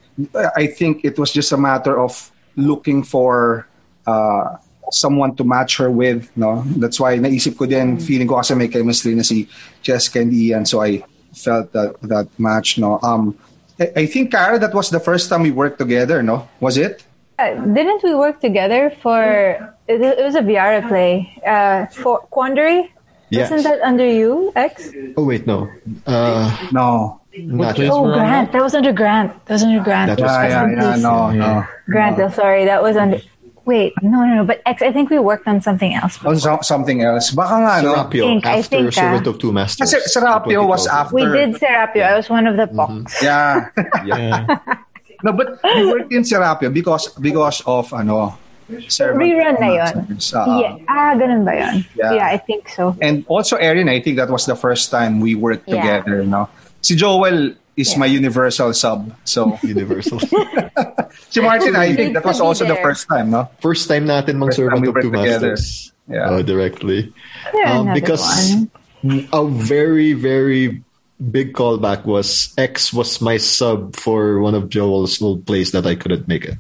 Speaker 5: I think it was just a matter of looking for uh, someone to match her with. No, that's why naisip ko din feeling ko kasi may chemistry na si Cheska and Ian, so I felt that that match. No, um, I, I think Cara, that was the first time we worked together. No, was it?
Speaker 7: Uh, didn't we work together for? It, it was a VR play. Uh, for Quandary.
Speaker 4: Yes.
Speaker 7: Isn't that under you, X?
Speaker 4: Oh wait, no. Uh,
Speaker 5: No.
Speaker 4: not
Speaker 3: place
Speaker 4: yet.
Speaker 3: were
Speaker 7: Oh,
Speaker 3: I on?
Speaker 7: Grant. That was under Grant. That was under Grant.
Speaker 4: That was-
Speaker 5: Yeah, yeah, yeah. No, no.
Speaker 7: Grant, I'm sorry. That was under. Wait, no, no, no. But X, I think we worked on something else.
Speaker 5: Oh, so- something else. Baka nga, no?
Speaker 4: Serapio
Speaker 7: I think- I
Speaker 4: after
Speaker 7: think, uh,
Speaker 4: Servant of Two Masters.
Speaker 5: Kasi Serapio was after.
Speaker 7: We did Serapio. I was one of the
Speaker 4: Mm-hmm.
Speaker 7: box.
Speaker 5: Yeah.
Speaker 3: Yeah.
Speaker 5: No, but we worked in Serapio because because of ano, servant
Speaker 7: Rerun na yun.
Speaker 5: Uh,
Speaker 7: yeah. Ah, ganun ba yun?
Speaker 5: Yeah.
Speaker 7: Yeah. I think so.
Speaker 5: And also Erin, I think that was the first time we worked
Speaker 2: Yeah.
Speaker 5: together, no. Si Joel is my universal sub. So
Speaker 4: Universal.
Speaker 5: si Martin, I think that
Speaker 2: Good to
Speaker 5: was
Speaker 2: be
Speaker 5: also the
Speaker 2: there.
Speaker 5: first time, no.
Speaker 4: First time natin mang
Speaker 5: First time
Speaker 4: Servant
Speaker 5: we
Speaker 4: of
Speaker 5: worked
Speaker 4: Two
Speaker 5: together.
Speaker 4: Masters.
Speaker 5: Yeah.
Speaker 4: Uh, directly.
Speaker 7: There
Speaker 4: Uh,
Speaker 7: another
Speaker 4: because
Speaker 7: one.
Speaker 4: a very, very big callback was X was my sub for one of Joel's old plays that I couldn't make it.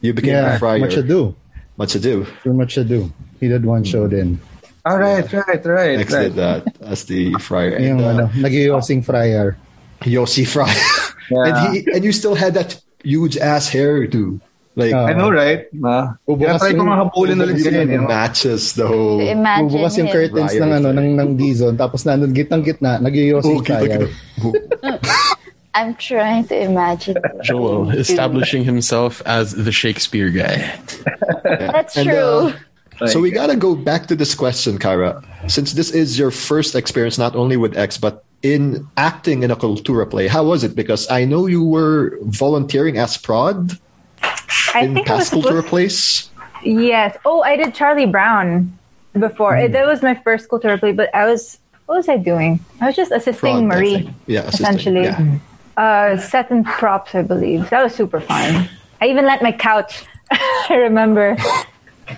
Speaker 4: You became
Speaker 1: Yeah,
Speaker 4: a friar.
Speaker 1: much ado.
Speaker 4: Much ado.
Speaker 1: Too much ado. He did one show din.
Speaker 5: All right, right, right,
Speaker 4: X
Speaker 5: right.
Speaker 4: did that as the friar. And,
Speaker 1: Yung
Speaker 4: uh,
Speaker 1: ano, nag-iosing friar.
Speaker 4: Yossi Fry.
Speaker 5: Yeah.
Speaker 4: and he and you still had that huge ass hairdo. Like Oh,
Speaker 1: Uh,
Speaker 5: I know, right? Na.
Speaker 1: Bubukas
Speaker 5: Tinatry
Speaker 1: yung-
Speaker 5: ko nga habulin ulit eh,
Speaker 4: even
Speaker 5: yun.
Speaker 4: the
Speaker 5: yun.
Speaker 4: matches though.
Speaker 2: Imagine
Speaker 1: Bubukas yung
Speaker 2: him.
Speaker 1: curtains ng
Speaker 4: Riot
Speaker 1: ano ng
Speaker 4: effect.
Speaker 1: ng Dizon tapos nandun gitnang gitna nag-iosing friar.
Speaker 2: I'm trying to imagine.
Speaker 3: Joel establishing himself as the Shakespeare guy.
Speaker 2: That's
Speaker 4: And,
Speaker 2: true.
Speaker 4: uh, so we gotta go back to this question, Kyra. Since this is your first experience not only with X but in acting in a cultura play, how was it? Because I know you were volunteering as prod
Speaker 7: I
Speaker 4: in
Speaker 7: think I was
Speaker 4: past
Speaker 7: supposed
Speaker 4: cultura plays.
Speaker 7: Yes. Oh, I did Charlie Brown before.
Speaker 4: Hmm.
Speaker 7: It- That was my first cultural play, but I was what was I doing? I was just assisting
Speaker 4: Prod, I
Speaker 7: Marie,
Speaker 4: think. Yeah, assisting,
Speaker 7: essentially.
Speaker 4: yeah.
Speaker 7: Uh, set and props, I believe. That was super fun. I even lent my couch. I remember.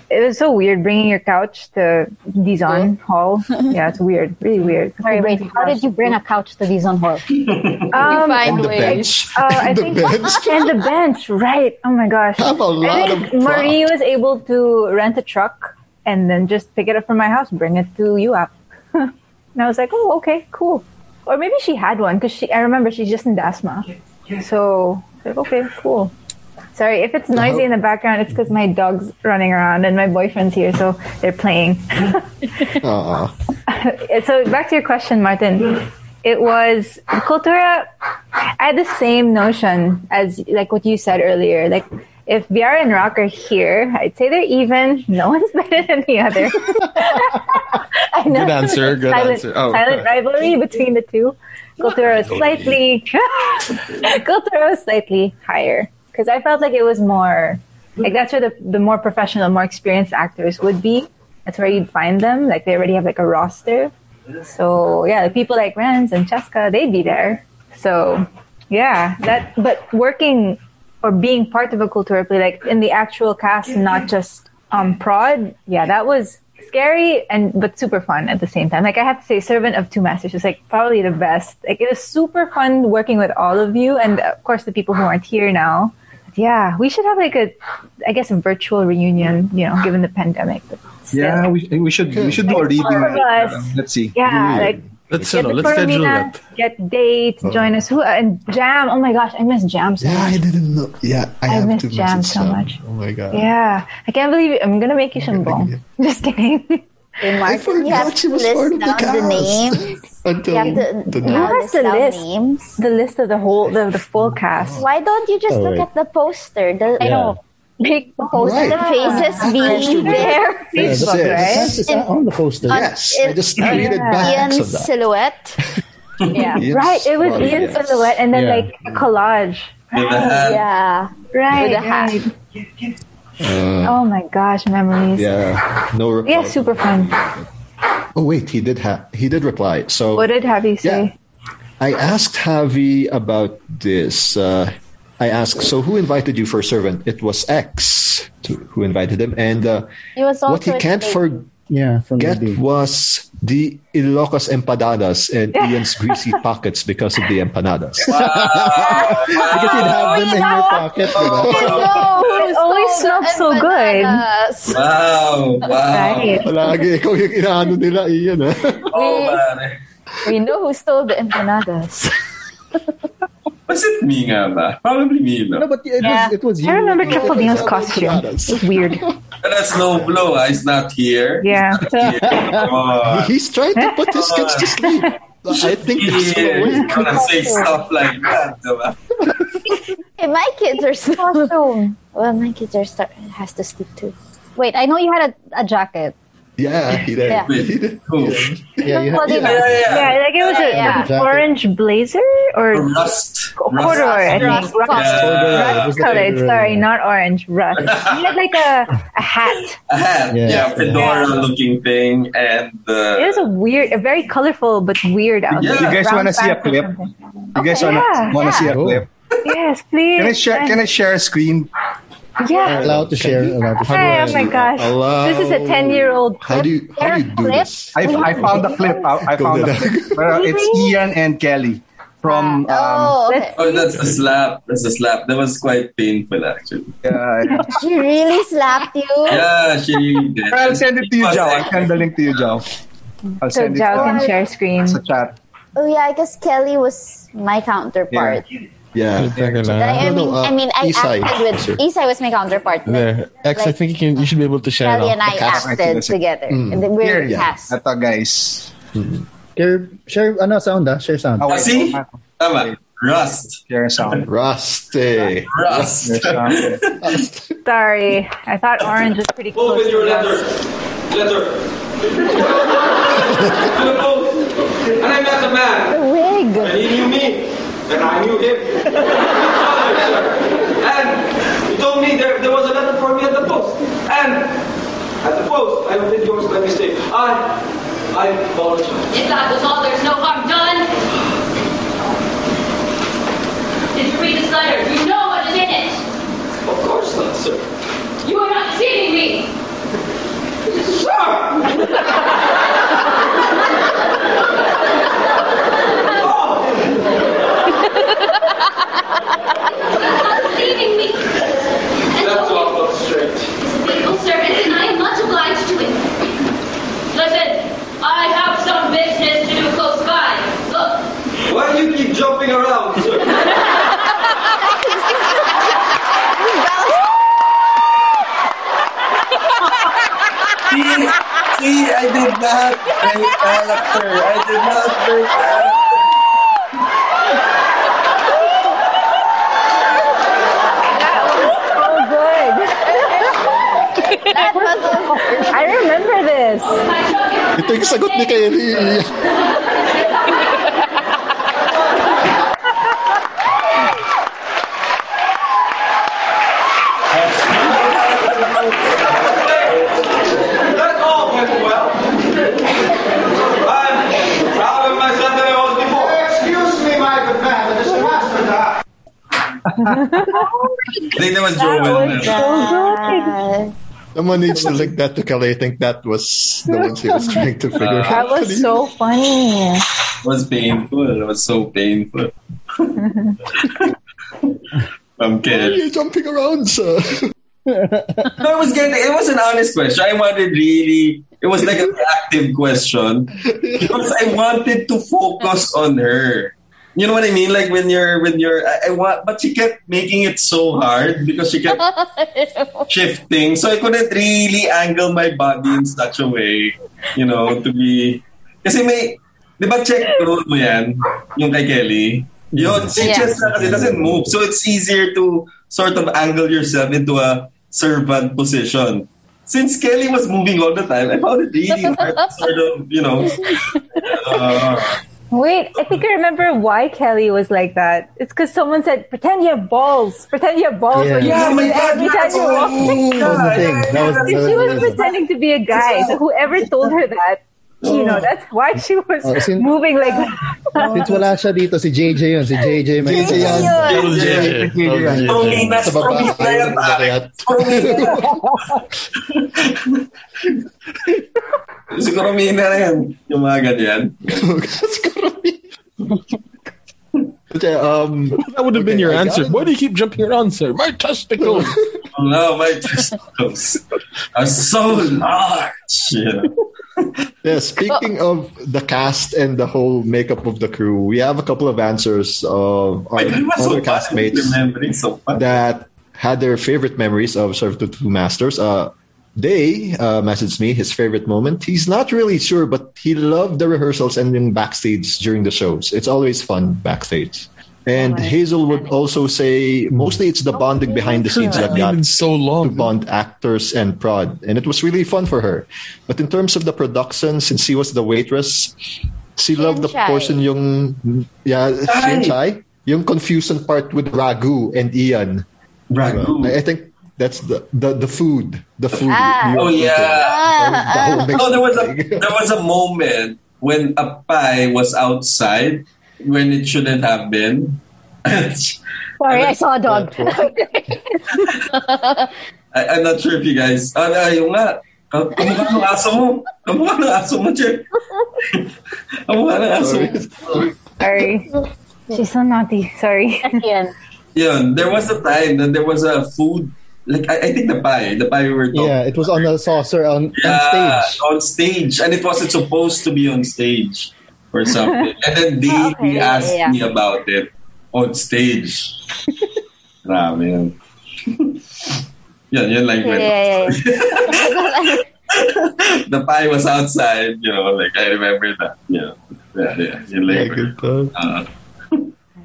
Speaker 7: It was so weird bringing your couch to Dizon Hall. Yeah, it's weird, really weird.
Speaker 8: Sorry, wait. How did you bring a couch to these on hold?
Speaker 7: Um,
Speaker 2: Find
Speaker 4: The
Speaker 2: ways.
Speaker 4: bench.
Speaker 7: uh, I
Speaker 4: the
Speaker 7: think
Speaker 4: bench.
Speaker 7: and the bench, right? Oh my gosh!
Speaker 4: Have a lot
Speaker 7: I
Speaker 4: of
Speaker 7: think Marie was able to rent a truck and then just pick it up from my house, bring it to UAP. and I was like, oh, okay, cool. Or maybe she had one because she. I remember she's just in Dasma, so I was like, okay, cool. Sorry if it's noisy in the background. It's because my dog's running around and my boyfriend's here, so they're playing.
Speaker 4: Uh,
Speaker 7: so back to your question, Martin. It was cultura. I had the same notion as like what you said earlier. Like if VR and Rock are here, I'd say they're even. No one's better than the other. I know.
Speaker 3: Good answer. Good
Speaker 7: silent,
Speaker 3: answer. Oh,
Speaker 7: silent rivalry between the two. Cultura was slightly. Cultura was slightly higher because I felt like it was more. Like that's where the the more professional, more experienced actors would be that's where you'd find them. Like they already have like a roster. So yeah, the people like Renz and Cheska, they'd be there. So yeah, that but working or being part of a culture play, like in the actual cast, not just um prod, yeah, that was scary and but super fun at the same time. Like I have to say, Servant of Two Masters was like probably the best. Like it was super fun working with all of you and of course the people who aren't here now. Yeah, we should have like a, I guess, a virtual reunion. You know, given the pandemic. But still.
Speaker 5: Yeah, we, we should we should do a reading.
Speaker 7: Four of us.
Speaker 1: Um,
Speaker 5: Let's see.
Speaker 7: Yeah,
Speaker 4: Really?
Speaker 7: like
Speaker 3: Let's,
Speaker 7: get
Speaker 3: ano,
Speaker 7: the
Speaker 3: let's schedule
Speaker 7: Coromina,
Speaker 3: that.
Speaker 7: get dates, join us. Who uh, and Jam? Oh my gosh, I miss Jam so
Speaker 4: Oh. yeah, I
Speaker 7: much.
Speaker 4: didn't know. Yeah, I,
Speaker 7: I
Speaker 4: have
Speaker 7: miss
Speaker 4: to
Speaker 7: Jam
Speaker 4: message
Speaker 7: so
Speaker 4: them.
Speaker 7: much.
Speaker 4: Oh my god.
Speaker 7: Yeah, I can't believe it. I'm gonna make you some bong. Just kidding.
Speaker 4: I
Speaker 2: You have
Speaker 4: forgot she
Speaker 2: to
Speaker 4: was
Speaker 2: list
Speaker 4: part of the
Speaker 2: down the
Speaker 4: cast.
Speaker 2: names.
Speaker 4: Until
Speaker 2: You have to
Speaker 4: the
Speaker 2: now
Speaker 7: Who has
Speaker 2: list
Speaker 7: the
Speaker 2: down
Speaker 7: list?
Speaker 2: names.
Speaker 7: The list of the whole, the, the
Speaker 4: Oh.
Speaker 7: full cast.
Speaker 2: Why don't you just
Speaker 1: Oh,
Speaker 2: look
Speaker 1: wait.
Speaker 2: at the poster? The,
Speaker 8: I know.
Speaker 7: Big post.
Speaker 4: Right.
Speaker 2: the faces being there.
Speaker 1: Yeah, the, the
Speaker 4: Right?
Speaker 1: fence is on the poster.
Speaker 4: Yes, I just created
Speaker 7: yeah.
Speaker 4: backs
Speaker 2: Ian
Speaker 4: of that.
Speaker 2: silhouette.
Speaker 7: Yeah,
Speaker 4: Ian's
Speaker 7: right. It was
Speaker 4: one,
Speaker 7: Ian's
Speaker 4: yes.
Speaker 7: silhouette, and then
Speaker 1: Yeah.
Speaker 7: like a collage.
Speaker 6: With the hand.
Speaker 2: Yeah.
Speaker 7: Right.
Speaker 2: With a hat.
Speaker 7: right. Oh my gosh, memories. Yeah,
Speaker 4: Uh, Yeah, no reply.
Speaker 7: super fun.
Speaker 4: Oh wait, he did have he did reply. So
Speaker 7: What did Javi say?
Speaker 4: Yeah. I asked Javi about this. Uh, I asked, so who invited you for servant? It was X to, who invited him, and uh,
Speaker 8: He was also
Speaker 4: what he
Speaker 8: a
Speaker 4: can't
Speaker 8: slave.
Speaker 4: forget
Speaker 1: Yeah, from the day.
Speaker 4: was the Ilocos empanadas and Ian's greasy pockets because of the empanadas.
Speaker 1: Because you'd have them in your
Speaker 7: Oh,
Speaker 1: pocket, di ba?
Speaker 7: It always smells so good.
Speaker 2: Bananas.
Speaker 6: Wow, wow.
Speaker 7: Right.
Speaker 4: Palagi ikaw yung inaano nila, Ian. ah. Ha?
Speaker 6: Oh, man.
Speaker 2: We know who stole the empanadas.
Speaker 6: Was it me nga ba? Probably me, no?
Speaker 1: No, but it
Speaker 7: Yeah.
Speaker 1: was it was you.
Speaker 9: I remember
Speaker 1: It was
Speaker 9: Trifaldino's
Speaker 1: Alvin
Speaker 9: costume.
Speaker 1: Quintanas.
Speaker 9: It was weird.
Speaker 6: And that's low blow. ah. He's not here. Oh.
Speaker 7: Yeah.
Speaker 6: He's not here. Come on.
Speaker 4: He's trying to put his kids to sleep. I think that's
Speaker 6: Yeah,
Speaker 4: the way.
Speaker 6: you wanna say stuff like that, diba?
Speaker 2: Hey, my kids are still. Well, my kids are start has to sleep too.
Speaker 8: Wait, I know you had a, a jacket.
Speaker 4: Yeah, he did.
Speaker 8: Yeah.
Speaker 4: He did.
Speaker 6: Wait, who?
Speaker 1: Yeah, you had,
Speaker 6: Yeah, yeah,
Speaker 7: Yeah, like it was a,
Speaker 8: Yeah.
Speaker 7: an orange blazer or
Speaker 6: yeah. Rust.
Speaker 7: corduroy, I think.
Speaker 8: Rust.
Speaker 7: Rust.
Speaker 6: Yeah.
Speaker 1: It was
Speaker 7: Rust
Speaker 1: the
Speaker 7: colored,
Speaker 1: corduroy,
Speaker 7: sorry,
Speaker 1: yeah.
Speaker 7: not orange. Rust. He had like a, a hat.
Speaker 6: A hat.
Speaker 1: Yeah.
Speaker 6: Yeah, fedora looking thing and the.
Speaker 7: It was a weird, a very colorful but weird outfit.
Speaker 6: You
Speaker 5: guys
Speaker 7: Brown
Speaker 5: wanna see a
Speaker 7: pants or
Speaker 5: clip?
Speaker 7: something.
Speaker 5: You guys
Speaker 7: Okay,
Speaker 5: wanna,
Speaker 7: yeah,
Speaker 5: wanna
Speaker 7: yeah.
Speaker 5: see a
Speaker 1: Oh.
Speaker 5: clip?
Speaker 7: Yes, please.
Speaker 5: Can I share? Can I share a screen?
Speaker 7: Yeah.
Speaker 1: Allowed to share. Allowed to
Speaker 7: Hey,
Speaker 1: share.
Speaker 7: oh my gosh.
Speaker 4: Allow-
Speaker 7: This is a 10 year old.
Speaker 4: How do you how do you do this?
Speaker 5: I, I found the clip. I, I
Speaker 4: Go
Speaker 5: found the
Speaker 4: there.
Speaker 5: clip. Well, it's Ian and Kelly from. Um,
Speaker 2: oh, okay.
Speaker 7: Let's
Speaker 6: Oh, that's a slap. That's a slap. That was quite painful, actually.
Speaker 5: yeah.
Speaker 2: she really slapped you.
Speaker 6: Yeah, she really did.
Speaker 5: I'll send it to you,
Speaker 6: was
Speaker 5: Jow. I'll
Speaker 6: like-
Speaker 5: send the link to you, Jow. I'll
Speaker 7: so
Speaker 5: send it
Speaker 7: Jao
Speaker 5: to
Speaker 7: can
Speaker 5: you
Speaker 7: share screen.
Speaker 5: sa chat.
Speaker 2: Oh yeah, I guess Kelly was my counterpart.
Speaker 4: Yeah.
Speaker 2: I, I
Speaker 4: No, no,
Speaker 2: mean,
Speaker 4: uh,
Speaker 2: I mean, I
Speaker 4: Isai.
Speaker 2: acted with
Speaker 4: Sure.
Speaker 2: Isai was my counterpart.
Speaker 3: There, X. I think you can. You should be able to share now.
Speaker 2: Kelly and I
Speaker 5: cast. Okay,
Speaker 2: acted
Speaker 5: that's it.
Speaker 2: together. And then
Speaker 5: Here,
Speaker 2: we're the
Speaker 5: yeah.
Speaker 2: cast.
Speaker 5: Ito, guys.
Speaker 1: Share, Mm-hmm. share, ano, sound ah. Share sound.
Speaker 5: Oh, wait.
Speaker 6: See? Tama. Rust.
Speaker 5: Share sound.
Speaker 4: Rusty.
Speaker 6: Rust.
Speaker 5: Share sound.
Speaker 7: Sorry. I thought orange was pretty close. to
Speaker 6: Open your
Speaker 7: Rust.
Speaker 6: letter. Letter. Hello, and I met a man.
Speaker 2: The wig.
Speaker 6: And he knew me, and I knew him. and he told me there, there was a letter for me at the post. And at the post, I did yours by mistake. I, I apologize.
Speaker 10: If that was all, there's no harm done. Did you read this letter? You know what is in it.
Speaker 6: Of course not, sir.
Speaker 10: You are not deceiving me.
Speaker 6: Sir!
Speaker 10: Deceiving me. And
Speaker 6: That's all not straight.
Speaker 10: faithful servant, and I am much obliged to him. Listen, I have some business to do close by. Look,
Speaker 6: Why do you keep jumping around, sir? See, see, I did not break character. I did not break character.
Speaker 7: Oh,
Speaker 2: That was
Speaker 7: good. I remember this.
Speaker 10: my job
Speaker 4: Ito yung sagot ni Kelly.
Speaker 6: That all went well. I'm proud of myself than I was before. Excuse me, my good man, but this master I think that was Joel.
Speaker 2: so
Speaker 4: Someone needs to link that to Kelly. I think that was the ones he was trying to figure
Speaker 6: Uh,
Speaker 4: out.
Speaker 7: That was so funny.
Speaker 6: It was painful. It was so painful. I'm
Speaker 4: Why are
Speaker 6: kidding.
Speaker 4: you jumping around, sir?
Speaker 6: No, it was getting. It was an honest question. I wanted really. It was like a reactive question because I wanted to focus on her. You know what I mean? Like when you're when you're. I, I want, but she kept making it so hard because she kept
Speaker 2: good.
Speaker 6: shifting, so I couldn't really angle my body in such a way. You know, to be. Kasi may, di ba check rule mo yan? Yung kay Kelly? Yun, si
Speaker 2: Yeah.
Speaker 6: chest na kasi doesn't move. So it's easier to sort of angle yourself into a servant position. Since Kelly was moving all the time, I found it really hard to sort of, you know. uh,
Speaker 7: Wait, I think I remember why Kelly was like that. It's because someone said, "Pretend you have balls. Pretend you have balls." when
Speaker 1: Yeah.
Speaker 7: you
Speaker 6: yeah,
Speaker 7: do
Speaker 6: my
Speaker 7: it
Speaker 6: God,
Speaker 7: every time
Speaker 6: that's
Speaker 7: you
Speaker 6: what
Speaker 7: walk."
Speaker 1: That was the thing. That was,
Speaker 7: She
Speaker 1: that
Speaker 7: was
Speaker 1: was the reason.
Speaker 7: pretending to be a guy. So whoever told her that, you know, that's why she was
Speaker 1: Oh, sin-
Speaker 7: moving like that.
Speaker 1: Oh, Since wala siya dito, si JJ yun. Si JJ. may-
Speaker 4: JJ yan.
Speaker 3: That was JJ. That
Speaker 6: Throw
Speaker 3: was
Speaker 6: me,
Speaker 3: JJ.
Speaker 6: that's
Speaker 4: Sa
Speaker 6: throw me,
Speaker 4: baba.
Speaker 6: kaya
Speaker 4: Ayun,
Speaker 6: pa.
Speaker 4: nakayat.
Speaker 6: Siguro may na yan. Yung mga ganyan.
Speaker 4: That's correct. Okay, um,
Speaker 3: That would have been
Speaker 4: Okay,
Speaker 3: your
Speaker 4: I got
Speaker 3: answer.
Speaker 4: it.
Speaker 3: Why do you keep jumping around, sir? My testicles.
Speaker 6: Oh, no, my testicles are so large. You know?
Speaker 4: Yeah, speaking of the cast and the whole makeup of the crew, we have a couple of answers of our
Speaker 6: Wait, that was so
Speaker 4: other
Speaker 6: fast.
Speaker 4: castmates
Speaker 6: Remembering so fast.
Speaker 4: that had their favorite memories of Serve the Two Masters. Uh, Day uh, messaged me his favorite moment. He's not really sure, but he loved the rehearsals and then backstage during the shows. It's always fun backstage. And Hazel would also say mostly it's the bonding behind the scenes that got
Speaker 3: Even so
Speaker 4: to
Speaker 3: long.
Speaker 4: bond actors and prod, and it was really fun for her. But in terms of the production, since she was the waitress, she loved the
Speaker 2: Shin Chai.
Speaker 4: portion yung yeah, Shin Chai, yung confusion part with Ragu and Ian.
Speaker 6: Ragu.
Speaker 4: I, I think that's the the, the food, the food.
Speaker 2: Ah.
Speaker 6: Oh, yeah.
Speaker 4: Oh,
Speaker 6: Oh, there was a there was a moment when a pie was outside when it shouldn't have been. I,
Speaker 8: Sorry, I saw a dog.
Speaker 6: I'm not sure if you guys. Ah, uh, yung nga. Kam- Kamukha ng aso mo. Kamukha ng aso mo, Jer. Kamukha ng aso mo.
Speaker 7: Sorry. She's so naughty. Sorry.
Speaker 8: Yan.
Speaker 6: Yun, there was a time that there was a food. Like, I, I think the pie, the pie we were talking
Speaker 1: Yeah, it was on a saucer um, on,
Speaker 6: Yeah,
Speaker 1: on stage.
Speaker 6: on stage, and it wasn't supposed to be on stage or something. and then they
Speaker 2: Oh, okay.
Speaker 6: they asked
Speaker 2: Yeah, yeah.
Speaker 6: me about it on stage. Grabe yun. yun, yun lang
Speaker 2: Yeah,
Speaker 6: kwento.
Speaker 2: yeah,
Speaker 6: The pie was outside, you know, like I remember that. Yeah, yeah, yeah. Yun lang yung kwento. Uh,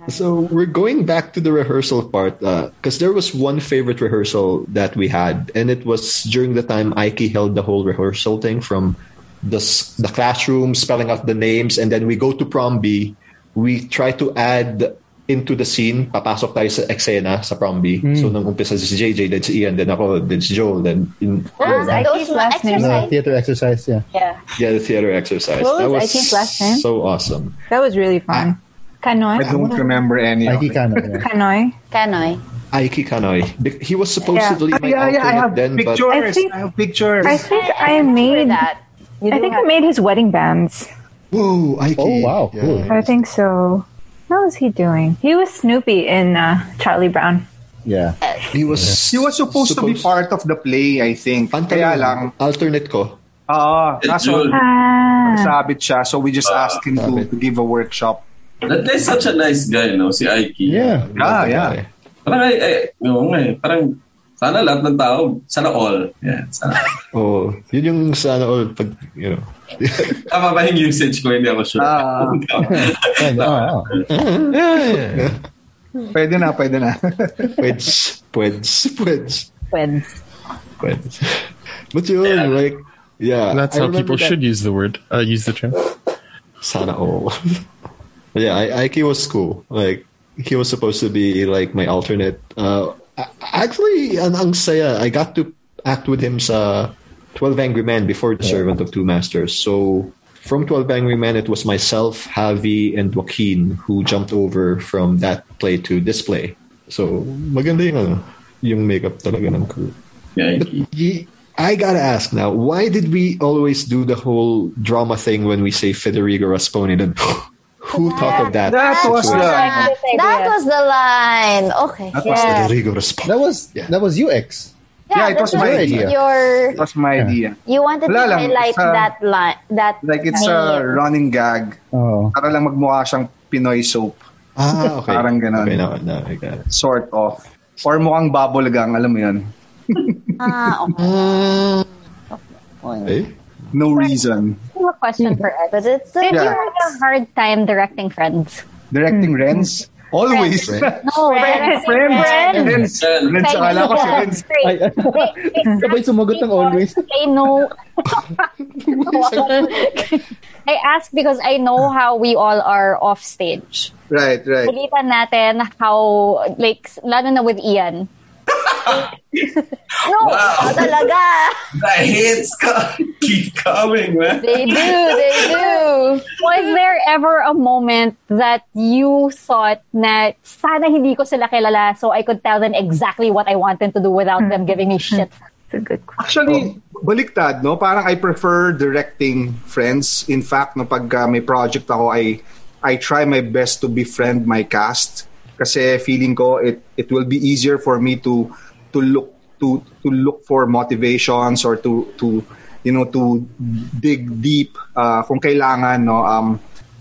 Speaker 4: So we're going back to the rehearsal part because there was one favorite rehearsal that we had, and it was during the time Ike held the whole rehearsal thing from the s- the classroom, spelling out the names, and then we go to prom B. We try to add into the scene, papasok tayo sa eksena sa prom B. So nung umpisa si JJ, then si Ian, then ako, then si Joel, then in,
Speaker 2: was
Speaker 7: I
Speaker 2: Those
Speaker 7: keep last name.
Speaker 1: The
Speaker 2: exercise.
Speaker 1: theater exercise, yeah.
Speaker 7: Yeah.
Speaker 4: yeah, the theater exercise.
Speaker 7: What
Speaker 4: that
Speaker 7: was
Speaker 4: was
Speaker 7: Ike's last name?
Speaker 4: so awesome.
Speaker 7: That was really fun.
Speaker 5: I
Speaker 7: Kanoy.
Speaker 5: don't remember any of
Speaker 1: Mikey
Speaker 5: it.
Speaker 1: Kano. Yeah.
Speaker 7: Kanoy.
Speaker 2: Kanoy.
Speaker 4: Aiki Kanoi. He was supposedly
Speaker 5: Ah,
Speaker 4: my
Speaker 5: yeah, yeah,
Speaker 4: alternate
Speaker 5: I have
Speaker 4: then, but
Speaker 5: pictures. I,
Speaker 7: I think-
Speaker 5: have pictures.
Speaker 7: I think I, made.
Speaker 2: remember that.
Speaker 7: I think I made his wedding bands.
Speaker 4: Whoa, Ike.
Speaker 1: Oh, wow, cool.
Speaker 7: I think so. What was he doing? He was Snoopy in uh, Charlie Brown.
Speaker 1: yeah.
Speaker 4: He was
Speaker 5: He was supposed, to be part of the play, I think. Kaya lang,
Speaker 4: alternate ko.
Speaker 5: ah,
Speaker 6: It's
Speaker 5: kaso
Speaker 6: June.
Speaker 7: Ah.
Speaker 5: sabit siya, so we just
Speaker 6: Ah.
Speaker 5: asked him to, to give a workshop.
Speaker 6: that guy's such a nice guy, no? Si Aiki.
Speaker 1: Yeah.
Speaker 4: Not
Speaker 5: Ah,
Speaker 4: the
Speaker 5: yeah.
Speaker 4: guy.
Speaker 6: Parang, ay, ay, yun nga eh. Parang, sana lahat ng tao, sana all. Yeah,
Speaker 5: uh,
Speaker 6: sana.
Speaker 4: Oh, yun yung sana all pag, you know.
Speaker 6: Tama ba yung usage ko? Hindi ako sure.
Speaker 5: Ah.
Speaker 1: And, oh, oh.
Speaker 5: Pwede na, pwede na.
Speaker 4: Pweds, pweds, pweds,
Speaker 8: When.
Speaker 4: pweds. But yun, like, yeah.
Speaker 3: That's
Speaker 4: I
Speaker 3: how
Speaker 4: remember
Speaker 3: people
Speaker 4: that-
Speaker 3: should use the word, uh, use the term.
Speaker 4: Sana oh. all. But yeah, I, Ike was cool. Like, he was supposed to be, like, my alternate. Uh, a- actually, an ang saya. I got to act with him sa 12 Angry Men before The Servant of Two Masters. So, from 12 Angry Men, it was myself, Javi, and Joaquin who jumped over from that play to this play. So, maganda yung, ano, yung makeup talaga ng crew.
Speaker 6: Yeah,
Speaker 4: But ye- I gotta ask now, why did we always do the whole drama thing when we say Federico Rasponi? Then who thought of that?
Speaker 5: That was
Speaker 4: situation?
Speaker 5: the...
Speaker 2: That was the line. Okay.
Speaker 5: That was
Speaker 2: yeah.
Speaker 4: Federico Rasponi.
Speaker 1: That was
Speaker 4: Yeah.
Speaker 1: that was UX.
Speaker 5: Yeah, it
Speaker 2: that
Speaker 5: was my idea.
Speaker 2: Your
Speaker 5: That was my idea.
Speaker 2: you wanted
Speaker 5: Wala
Speaker 2: to
Speaker 5: lang,
Speaker 2: highlight
Speaker 5: it's a-
Speaker 2: that line. That
Speaker 5: Like, it's uh, a
Speaker 2: name.
Speaker 5: running gag.
Speaker 1: Oh.
Speaker 5: Para lang magmukha siyang Pinoy soap.
Speaker 4: ah, okay.
Speaker 5: Parang ganun.
Speaker 4: Okay, no, no, I got it.
Speaker 5: Sort of. Or mukhang bubblegum, alam mo yun.
Speaker 2: Ah, okay.
Speaker 4: Eh?
Speaker 5: No reason.
Speaker 8: I have a question for Ed.
Speaker 2: But it's a
Speaker 8: Did you
Speaker 5: Yeah.
Speaker 8: have a hard time directing friends?
Speaker 5: Directing Renz? Always. Renz.
Speaker 8: No,
Speaker 2: Friends.
Speaker 5: Renz.
Speaker 8: friends.
Speaker 5: Renz. Akala ko si Renz.
Speaker 1: Ay, ay. Sabay sumagot ng always.
Speaker 8: I know. I ask because I know how we all are off stage.
Speaker 5: Right, right.
Speaker 8: Pilitan natin how, like, lalo na with Ian. no,
Speaker 2: Oh,
Speaker 6: Wow,
Speaker 2: talaga.
Speaker 6: the hits co- keep coming, man.
Speaker 2: They do. They do.
Speaker 8: was there ever a moment that you thought na sana hindi ko sila kilala so I could tell them exactly what I want them to do without them giving me shit?
Speaker 7: It's Hmm. a good question.
Speaker 5: Actually, baliktad, no? Parang I prefer directing friends. In fact, no, pag uh, may project ako, I, I try my best to befriend my cast. Kasi feeling ko, it, it will be easier for me to, to look to to look for motivations or to to you know, to dig deep uh, kung kailangan, no? Um,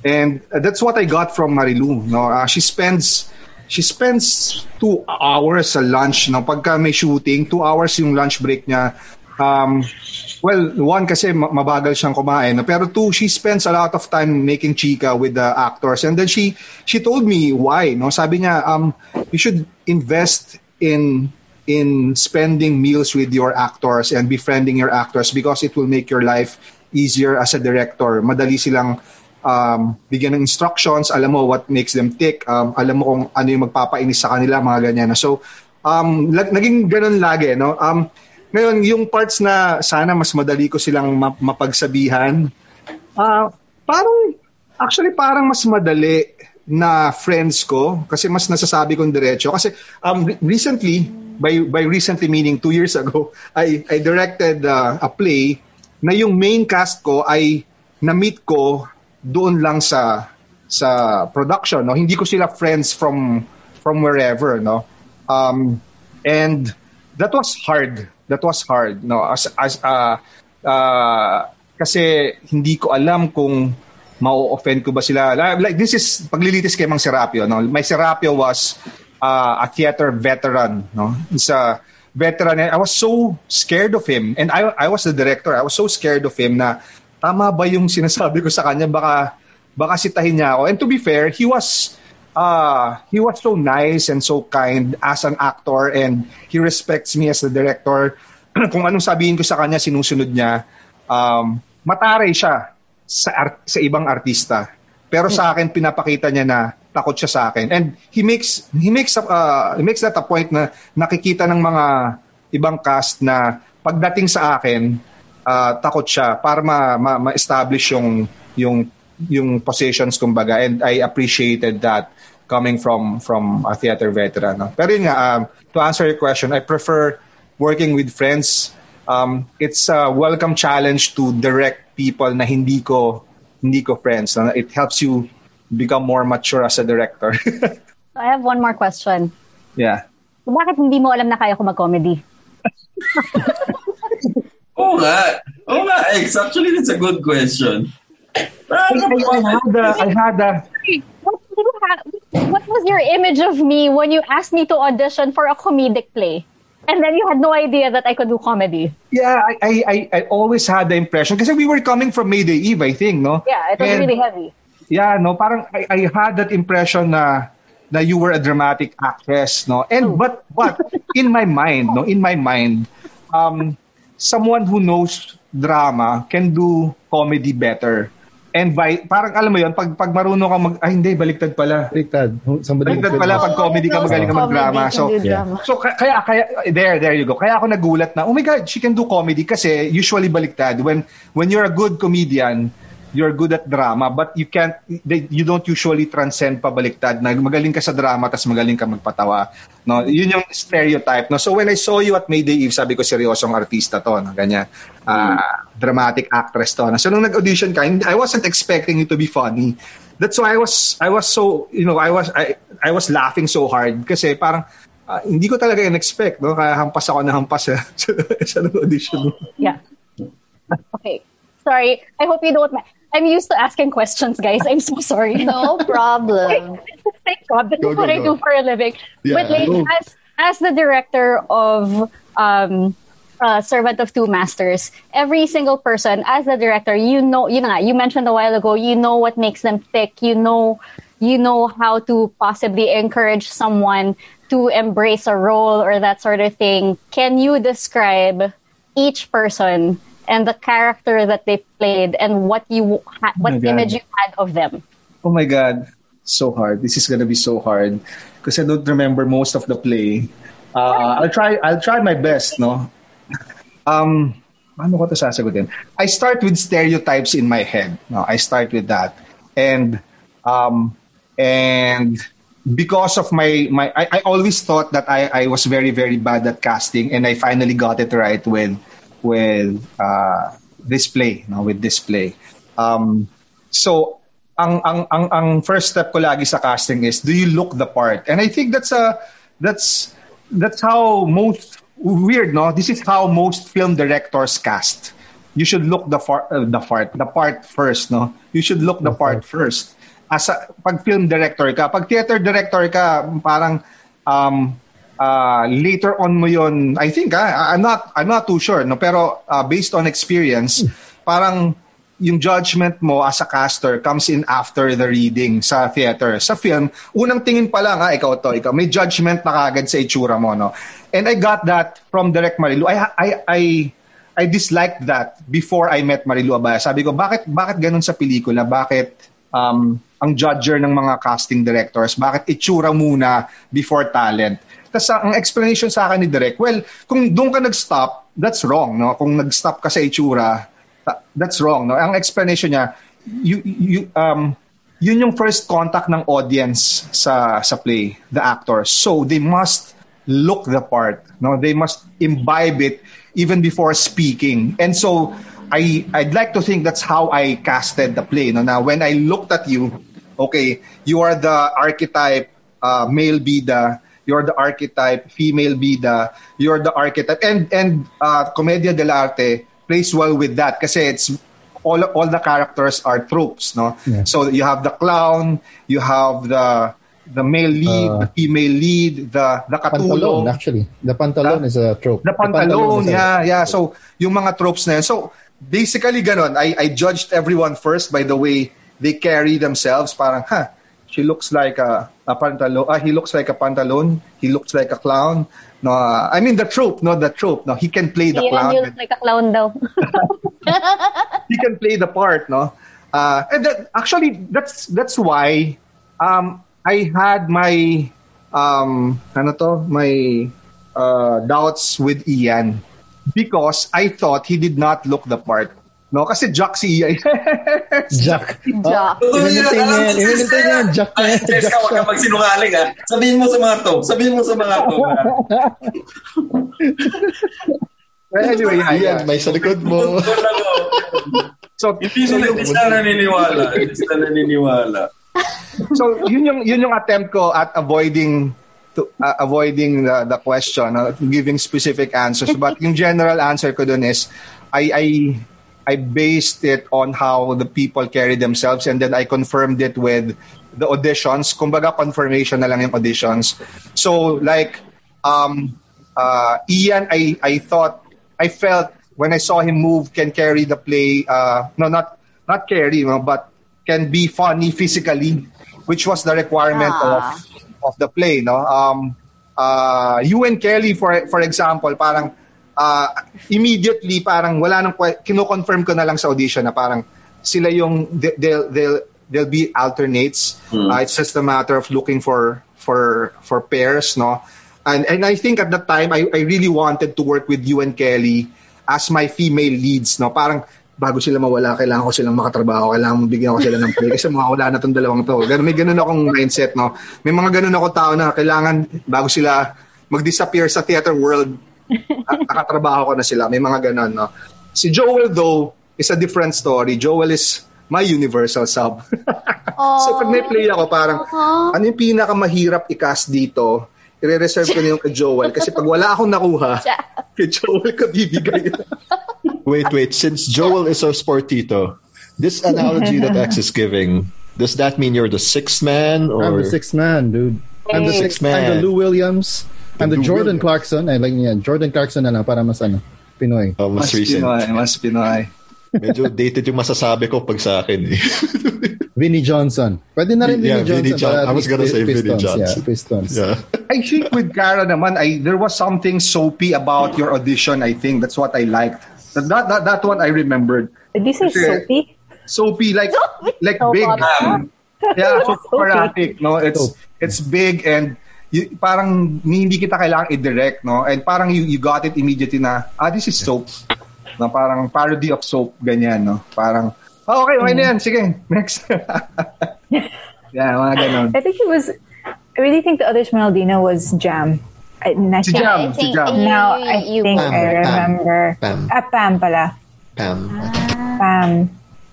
Speaker 5: and that's what I got from Marilu, no? Uh, she spends she spends two hours sa lunch, no? Pagka may shooting, two hours yung lunch break niya. Um, well, one, kasi ma- mabagal siyang kumain. no? Pero two, she spends a lot of time making chika with the actors. And then she she told me why, no? Sabi niya, um, you should invest in in spending meals with your actors and befriending your actors because it will make your life easier as a director. Madali silang um, bigyan ng instructions, alam mo what makes them tick, um, alam mo kung ano yung magpapainis sa kanila, mga ganyan. So, um, lag- naging ganun lagi, no? Um, ngayon, yung parts na sana mas madali ko silang ma- mapagsabihan, ah, parang, actually parang mas madali na friends ko kasi mas nasasabi kong diretso. Kasi um, re- recently, by, by recently meaning two years ago, I, I directed uh, a play na yung main cast ko ay na-meet ko doon lang sa sa production no hindi ko sila friends from from wherever no um and that was hard that was hard no as as uh, uh, kasi hindi ko alam kung mau-offend ko ba sila like like, this is paglilitis kay Mang Serapio no my Serapio was uh, a theater veteran no he's a veteran and I was so scared of him and I I was the director I was so scared of him na tama ba yung sinasabi ko sa kanya baka baka sitahin niya ako and to be fair he was uh he was so nice and so kind as an actor and he respects me as the director kung anong sabihin ko sa kanya sinusunod niya um mataray siya sa art- sa ibang artista pero sa akin pinapakita niya na takot siya sa akin and he makes he makes a- uh, he makes that a point na nakikita ng mga ibang cast na pagdating sa akin ah, takot siya para ma, ma, ma-establish yung yung yung positions kumbaga and I appreciated that coming from from a theater veteran. no? Pero yun nga um, to answer your question, I prefer working with friends. Um, it's a welcome challenge to direct people na hindi ko hindi ko friends. no? It helps you become more mature as a director.
Speaker 8: So I have one more question.
Speaker 5: yeah.
Speaker 8: Bakit hindi mo alam na kaya ko mag-comedy?
Speaker 6: Oh nga. Oh nga. Ex, actually, that's a good question. Ah,
Speaker 5: I, I had a, I had a,
Speaker 8: What, do you ha- what was your image of me when you asked me to audition for a comedic play? And then you had no idea that I could do comedy.
Speaker 5: Yeah, I, I, I, I always had the impression kasi we were coming from Mayday Eve, I think, no?
Speaker 8: Yeah, it was
Speaker 5: And-
Speaker 8: really heavy.
Speaker 5: Yeah, no, parang I, I had that impression na na you were a dramatic actress, no? And but but in my mind, no, in my mind, um someone who knows drama can do comedy better. And by, parang alam mo yon pag pag marunong ka mag ay hindi baliktad pala.
Speaker 1: Baliktad. Somebody
Speaker 5: Baliktad pala pag comedy ka magaling ka magdrama. So So ka- kaya kaya there there you go. Kaya ako nagulat na, "Oh my god, she can do comedy" kasi usually baliktad when when you're a good comedian, you're good at drama but you can't they, you don't usually transcend pabaliktad na magaling ka sa drama tas magaling ka magpatawa. No, yun yung stereotype. No, so when I saw you at Mayday Eve, sabi ko seryosong artista to, no, ganyan. Ah, dramatic actress to. No. So nung nag-audition ka, hindi- I wasn't expecting you to be funny. That's why I was I was so, you know, I was I I was laughing so hard kasi parang Ah, hindi ko talaga in-expect, no? Kaya hampas ako na hampas sa, sa, sa audition.
Speaker 8: Yeah. Okay. Sorry. I hope you don't. Ma- I'm used to asking questions, guys. I'm so sorry.
Speaker 2: No problem.
Speaker 8: It's my job. This
Speaker 4: Go,
Speaker 8: is what
Speaker 4: go,
Speaker 8: I
Speaker 4: go.
Speaker 8: do for a living.
Speaker 4: Yeah,
Speaker 8: but like
Speaker 4: go.
Speaker 8: as as the director of um uh, Servant of Two Masters, every single person as the director, you know, you know, you mentioned a while ago, you know what makes them tick. You know, you know how to possibly encourage someone to embrace a role or that sort of thing. Can you describe each person and the character that they played and what you ha- what
Speaker 5: God.
Speaker 8: image you had of them?
Speaker 5: Oh my God. So hard. This is gonna be so hard. Because I don't remember most of the play. Uh, I'll try I'll try my best, no? Um, ano ko to sasagutin? I start with stereotypes in my head. No, I start with that. And um, and because of my my I, I always thought that I, I was very very bad at casting and I finally got it right with with uh, this play, no, with this play. Um, so ang ang ang ang first step ko lagi sa casting is do you look the part? And I think that's a that's that's how most weird, no? This is how most film directors cast. you should look the far, uh, the part the part first no you should look the part first as a, pag film director ka pag theater director ka parang um uh, later on mo yon I think ah, I'm not I'm not too sure no pero uh, based on experience parang yung judgment mo as a caster comes in after the reading sa theater. Sa film, unang tingin pa lang, ha, ikaw to, ikaw, may judgment na kagad sa itsura mo, no? And I got that from Direct Marilu. I, I, I, I disliked that before I met Marilu Abaya. Sabi ko, bakit, bakit ganun sa pelikula? Bakit um, ang judger ng mga casting directors? Bakit itsura muna before talent? Tapos ang explanation sa akin ni Direk, well, kung doon ka nag-stop, that's wrong, no? Kung nag-stop ka sa itsura, Uh, that's wrong no ang explanation niya you you um yun yung first contact ng audience sa sa play the actors so they must look the part no they must imbibe it even before speaking and so i i'd like to think that's how i casted the play no now when i looked at you okay you are the archetype uh, male bida you're the archetype female bida you're the archetype and and uh, commedia dell'arte plays well with that kasi it's all all the characters are tropes no
Speaker 1: Yeah.
Speaker 5: so you have the clown you have the the male lead
Speaker 1: Uh,
Speaker 5: the female lead the the
Speaker 1: Pantalon,
Speaker 5: katulong
Speaker 1: actually. The pantalon
Speaker 5: Huh?
Speaker 1: is a trope.
Speaker 5: Ah. the pantalon
Speaker 1: is a-
Speaker 5: yeah yeah so yung mga tropes na yun. so basically ganun I I judged everyone first by the way they carry themselves parang ha she looks like a, a pantalon ah, he looks like a pantalon he looks like a clown no ah, I mean the trope no the trope no he can play the
Speaker 8: Yun,
Speaker 5: clown
Speaker 8: you look like a clown daw.
Speaker 5: he can play the part, no? Uh, and that, actually, that's that's why um, I had my um, ano to, my uh, doubts with Ian because I thought he did not look the part. No, kasi Jack si Ian.
Speaker 1: Jack.
Speaker 2: Jack.
Speaker 1: Oh, Iminintay niya yan. Iminintay niya yan. Jack na
Speaker 6: Ay,
Speaker 1: yan.
Speaker 6: Jess,
Speaker 1: Jack
Speaker 6: ka, Ah, huwag
Speaker 1: siya.
Speaker 6: ka magsinungaling ha. Sabihin mo sa mga to. Sabihin mo sa mga to. ha?
Speaker 5: Well, anyway, yeah, yeah.
Speaker 4: Ayan, may sa likod mo.
Speaker 6: Doon lang ako.
Speaker 5: So,
Speaker 6: Hindi sila, hindi sila naniniwala. Hindi sila naniniwala.
Speaker 5: so yun yung yun yung attempt ko at avoiding to, uh, avoiding the, the question uh, giving specific answers but yung general answer ko dun is I I I based it on how the people carry themselves and then I confirmed it with the auditions kumbaga confirmation na lang yung auditions so like um uh Ian I I thought I felt when I saw him move can carry the play uh no not not carry no, but can be funny physically which was the requirement
Speaker 2: Ah.
Speaker 5: of of the play no um uh you and Kelly for for example parang uh, immediately parang wala nang que- kino-confirm ko na lang sa audition na parang sila yung they- they'll they'll they'll be alternates
Speaker 4: Hmm.
Speaker 5: Uh, it's just a matter of looking for for for pairs no and and I think at that time I I really wanted to work with you and Kelly as my female leads no parang bago sila mawala kailangan ko silang makatrabaho kailangan bigyan ko sila ng play kasi mawawala na tong dalawang to ganun may ganun akong mindset no may mga ganun ako tao na kailangan bago sila mag-disappear sa theater world at nakatrabaho ko na sila. May mga ganon, no? Si Joel, though, is a different story. Joel is my universal sub. so pag may play ako, parang,
Speaker 7: Uh-huh.
Speaker 4: Ah.
Speaker 5: ano yung pinakamahirap i-cast dito? I-reserve ko na yung kay Joel. Kasi pag wala akong nakuha, kay Joel ka bibigay.
Speaker 4: Wait, wait. Since Joel is so sportito, this analogy that X is giving, does that mean you're the sixth man or
Speaker 1: I'm the sixth man, dude. I'm the
Speaker 4: Sixth
Speaker 1: sixth man. I'm the
Speaker 4: man.
Speaker 1: Lou Williams. I'm the
Speaker 4: Lou
Speaker 1: Jordan
Speaker 4: Williams.
Speaker 1: Clarkson. I like niya. Jordan Clarkson na lang para mas ano, Pinoy.
Speaker 4: Oh, mas recent?
Speaker 5: Pinoy, mas Pinoy.
Speaker 4: Medyo dated yung masasabi ko pag sa akin. Eh.
Speaker 1: Vinnie Johnson. Pwede na rin
Speaker 4: Yeah, Vinnie
Speaker 1: Vinnie Johnson.
Speaker 4: John-
Speaker 1: para
Speaker 4: I was
Speaker 1: at
Speaker 4: gonna
Speaker 1: least
Speaker 4: say
Speaker 1: Pistons,
Speaker 4: Vinnie Johnson.
Speaker 1: Yeah, Pistons.
Speaker 4: yeah.
Speaker 5: I think with Cara naman, I, there was something soapy about your audition, I think. That's what I liked. That, that, that, that one I remembered.
Speaker 7: Did you say
Speaker 5: Kasi-
Speaker 7: soapy?
Speaker 5: soapy like like
Speaker 7: So
Speaker 5: big Um,
Speaker 7: bad.
Speaker 5: yeah so
Speaker 7: Soapy.
Speaker 5: sporadic no it's it's big and you, parang ni- hindi kita kailangan i-direct no and parang you, you got it immediately na ah this is soap na parang parody of soap ganyan no parang oh, okay okay na
Speaker 7: Mm.
Speaker 5: yan sige next yeah mga ganun
Speaker 7: I think it was. I really think the other Esmeraldina was Jam. I, na
Speaker 5: si
Speaker 7: siya-
Speaker 5: Jam si Jam
Speaker 7: Now I
Speaker 2: You-
Speaker 7: think
Speaker 4: Pam,
Speaker 7: I
Speaker 4: Pam,
Speaker 7: remember.
Speaker 4: Pam.
Speaker 7: Ah, Pam pala.
Speaker 4: Pam.
Speaker 2: Ah.
Speaker 7: Pam.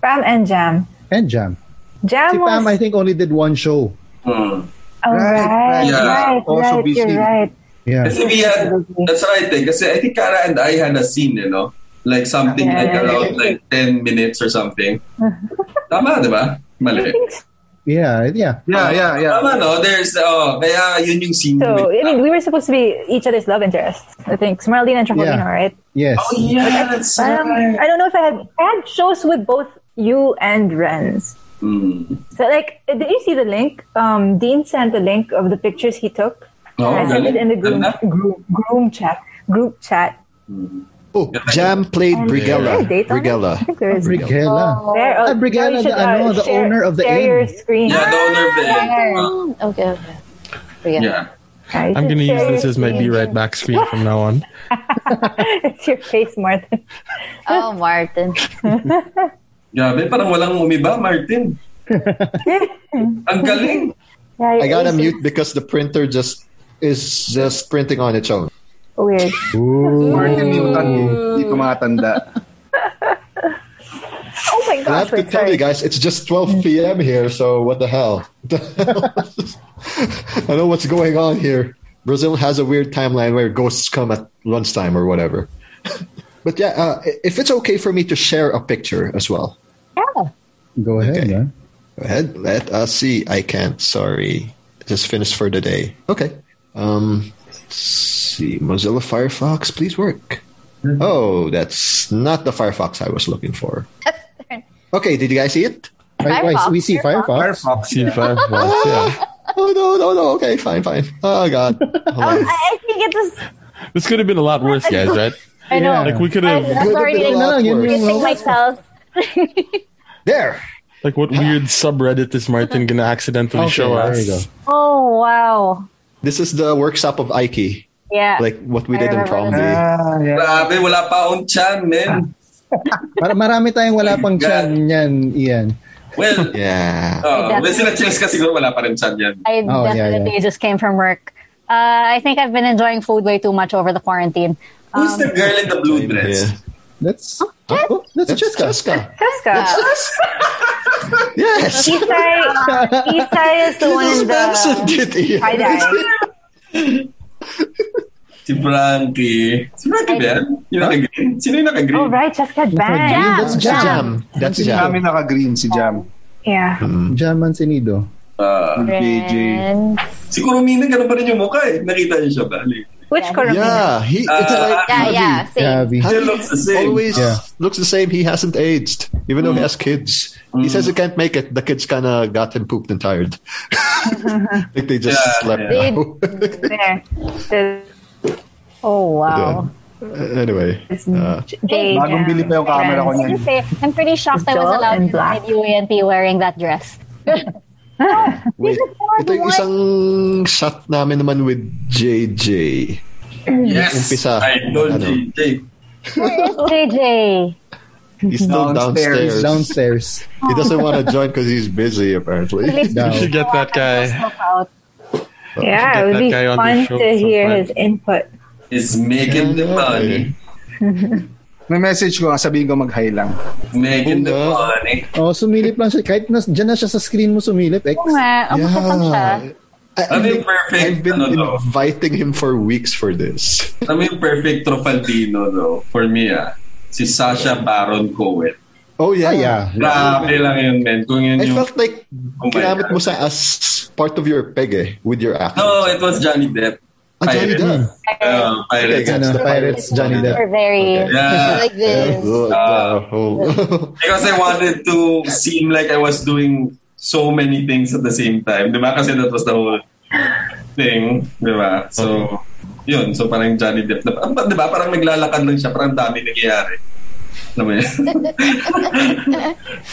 Speaker 7: Pam and Jam.
Speaker 1: And Jam.
Speaker 7: Jam
Speaker 1: Si
Speaker 7: was.
Speaker 1: Pam, I think, only did one show.
Speaker 6: Hmm.
Speaker 7: oh,
Speaker 5: Right,
Speaker 7: right, right,
Speaker 6: yeah.
Speaker 7: right,
Speaker 5: Also busy.
Speaker 7: You're right.
Speaker 1: Yeah.
Speaker 6: Kasi we had, that's right eh. Kasi I think Kara and I had a scene, you know? Like something
Speaker 7: Yeah.
Speaker 6: like around like 10 minutes or something. Tama, di ba? Mali.
Speaker 1: Yeah, yeah.
Speaker 5: Yeah, yeah, yeah.
Speaker 6: Tama, no? There's, oh, kaya yun yung scene.
Speaker 7: So,
Speaker 6: with-
Speaker 7: I mean, we were supposed to be each other's love interests. I think Smarlene and Chocolino,
Speaker 1: Yeah.
Speaker 7: right?
Speaker 1: Yes.
Speaker 6: oh, yeah, that's
Speaker 7: Um,
Speaker 6: right.
Speaker 7: I don't know if I had I had shows with both you and Renz.
Speaker 6: Mm.
Speaker 7: So, like, uh, did you see the link? Um, Dean sent the link of the pictures he took.
Speaker 6: Oh,
Speaker 7: I sent it
Speaker 6: really?
Speaker 7: in the groom,
Speaker 6: Ganda?
Speaker 7: groom, groom chat. Group chat.
Speaker 4: Oh, Jam played
Speaker 7: And
Speaker 4: Brigella.
Speaker 7: is there a date on it? I
Speaker 4: Brigella.
Speaker 7: think there is.
Speaker 1: Brigella.
Speaker 7: There, oh,
Speaker 1: Ah, Brigella,
Speaker 7: now you
Speaker 1: the ano, the
Speaker 7: share-
Speaker 1: owner of the
Speaker 7: share
Speaker 1: inn.
Speaker 7: your screen.
Speaker 6: Yeah, the owner of the egg.
Speaker 2: Okay, okay. Forget.
Speaker 6: Yeah.
Speaker 7: Yeah, you
Speaker 3: I'm
Speaker 7: should
Speaker 3: going to use
Speaker 7: share
Speaker 3: this
Speaker 7: your
Speaker 3: as my
Speaker 7: screen.
Speaker 3: Be Right Back screen from now on.
Speaker 7: it's your face, Martin.
Speaker 2: Oh, Martin.
Speaker 6: Grabe, parang walang umiba, Martin. Ang galing.
Speaker 7: Yeah, your
Speaker 4: I gotta
Speaker 7: face is
Speaker 4: mute because the printer just is just printing on its own.
Speaker 7: Weird.
Speaker 5: Martin Newton, hindi tumatanda.
Speaker 7: Oh my
Speaker 4: And I
Speaker 7: gosh,
Speaker 4: have to
Speaker 7: wait,
Speaker 4: tell you
Speaker 7: sorry.
Speaker 4: guys, it's just 12 p.m. here, so what the hell? I don't know what's going on here. Brazil has a weird timeline where ghosts come at lunchtime or whatever. but yeah, uh, if it's okay for me to share a picture as well.
Speaker 1: Go ahead,
Speaker 4: Okay.
Speaker 1: man.
Speaker 4: Go ahead. Let us see. I can't. Sorry. Just finished for the day. Okay. Um, let's see. Mozilla Firefox, please work.
Speaker 1: Mm-hmm.
Speaker 4: Oh, that's not the Firefox I was looking for. Okay, did you guys see it?
Speaker 1: Right, right,
Speaker 2: Firefox,
Speaker 1: we see Firefox.
Speaker 5: Firefox.
Speaker 3: See if I yeah.
Speaker 4: Oh no, no, no. Okay, fine, fine. Oh god. Hold on.
Speaker 7: I think it was
Speaker 3: This could have been a lot worse, guys, right?
Speaker 8: I know.
Speaker 1: Yeah.
Speaker 3: Like, we could have,
Speaker 8: I'm
Speaker 4: Good
Speaker 8: sorry,
Speaker 4: bit of
Speaker 8: I
Speaker 1: No, no, yun
Speaker 4: awkward.
Speaker 1: yung-
Speaker 8: think myself.
Speaker 4: There.
Speaker 3: like, what weird subreddit is Martin going to accidentally
Speaker 1: Okay,
Speaker 3: show
Speaker 1: there
Speaker 3: us?
Speaker 1: you go.
Speaker 8: Oh wow.
Speaker 4: This is the workshop of Aiki,
Speaker 8: Yeah.
Speaker 4: like what we did in
Speaker 8: remember
Speaker 4: prom. day.
Speaker 5: Ah, yeah.
Speaker 6: Grabe, wala pa akong chan, man.
Speaker 1: Mar- marami tayong wala pang chan yan, Ian.
Speaker 6: Well,
Speaker 4: Yeah.
Speaker 6: uh, well, sila Chels ka siguro wala pa rin chan yan.
Speaker 8: I
Speaker 1: Oh, yeah,
Speaker 8: definitely just came from work. Uh, I think I've been enjoying food way too much over the quarantine.
Speaker 6: Who's the girl in the blue dress?
Speaker 4: Yeah.
Speaker 1: That's oh,
Speaker 4: That's
Speaker 1: that's Cheska.
Speaker 4: Cheska.
Speaker 7: Cheska.
Speaker 4: Yes.
Speaker 7: Isai, Isai is the one in
Speaker 4: Benson,
Speaker 7: the
Speaker 4: Kitty.
Speaker 7: tie dye.
Speaker 6: Si Frankie. Si Frankie ba yan? Yung naka-green? Sino yung naka-green?
Speaker 7: Oh right, Cheska
Speaker 1: Jam.
Speaker 7: Bang.
Speaker 4: That's
Speaker 1: Jam. Mm-hmm.
Speaker 4: Jam. That's
Speaker 5: Si Jam
Speaker 4: Jam.
Speaker 5: yung naka-green, si Jam.
Speaker 7: Yeah.
Speaker 1: Jam Mancinido.
Speaker 7: Uh,
Speaker 6: Ah,
Speaker 5: JJ.
Speaker 6: siguro Mina, ganun pa rin yung mukha eh. Nakita niyo siya ba? Like,
Speaker 7: Which Coromina?
Speaker 4: Yeah. He.
Speaker 5: Uh,
Speaker 4: It's like
Speaker 2: Yeah, yeah, same.
Speaker 1: Gabi.
Speaker 4: Javi
Speaker 6: looks the same.
Speaker 4: Always
Speaker 1: Yeah.
Speaker 4: looks the same. He hasn't aged, even
Speaker 5: Mm.
Speaker 4: though he has kids. He says he can't make it. The kids kind of got him pooped and tired. like they just
Speaker 6: Yeah,
Speaker 4: slept.
Speaker 6: yeah.
Speaker 4: now.
Speaker 7: There. The,
Speaker 8: Oh wow.
Speaker 4: anyway, uh,
Speaker 7: they,
Speaker 5: Bagong bili pa yung camera ko niyan.
Speaker 8: Say, I'm pretty shocked I was
Speaker 7: Joel
Speaker 8: allowed
Speaker 7: and
Speaker 8: to
Speaker 7: black.
Speaker 8: ride UANP wearing that dress.
Speaker 4: wait.
Speaker 8: are
Speaker 4: Ito yung
Speaker 8: the
Speaker 4: isang shot namin naman with JJ.
Speaker 6: yes!
Speaker 4: Umpisa.
Speaker 6: Idol
Speaker 4: Ano?
Speaker 6: JJ.
Speaker 8: JJ.
Speaker 4: He's still
Speaker 5: Downstairs.
Speaker 4: downstairs.
Speaker 1: Downstairs.
Speaker 4: He doesn't want to join because he's busy, apparently.
Speaker 8: Please
Speaker 1: Down.
Speaker 3: We should get that guy.
Speaker 8: help
Speaker 4: Oh,
Speaker 8: out.
Speaker 7: Yeah, it
Speaker 3: Get
Speaker 7: would
Speaker 3: that
Speaker 7: be
Speaker 3: guy on the
Speaker 7: fun
Speaker 3: show
Speaker 7: to hear
Speaker 3: sometime.
Speaker 7: his input.
Speaker 6: Is making the money.
Speaker 5: May message ko, sabihin ko mag-high lang.
Speaker 6: Making the
Speaker 4: Oo nga.
Speaker 6: money.
Speaker 1: Oh, sumilip lang siya. Kahit nas, dyan na siya sa screen mo sumilip, ex.
Speaker 8: Oo nga, ang
Speaker 4: Yeah.
Speaker 8: yeah. siya.
Speaker 4: I,
Speaker 6: Ano yung
Speaker 4: think
Speaker 6: perfect,
Speaker 4: I've been
Speaker 6: ano daw?
Speaker 4: inviting him for weeks for this.
Speaker 6: Alam mo yung perfect Trofaldino, no? For me, ah. Si Sasha Baron Cohen.
Speaker 4: Oh, yeah.
Speaker 1: Ah, yeah.
Speaker 6: Grabe lang yun, men. Kung
Speaker 4: I
Speaker 6: yun yung...
Speaker 4: felt like
Speaker 6: Oh my
Speaker 4: ginamit
Speaker 6: God.
Speaker 4: mo sa as part of your peg eh, with your act.
Speaker 6: No, it was Johnny Depp.
Speaker 4: Ah, Johnny
Speaker 6: Pirate.
Speaker 4: Depp.
Speaker 6: Uh, Pirates.
Speaker 4: Okay,
Speaker 1: Ano,
Speaker 4: That's the
Speaker 1: Pirates, Johnny Depp.
Speaker 8: We're very
Speaker 4: Okay.
Speaker 6: Yeah. Uh,
Speaker 2: Like this.
Speaker 4: The whole-
Speaker 6: Because I wanted to seem like I was doing so many things at the same time. Di ba? Kasi that was the whole thing. Di ba? So, yun. So, parang Johnny Depp. Na, ah, di ba? Parang naglalakad lang siya. Parang dami nangyayari. Alam mo yun?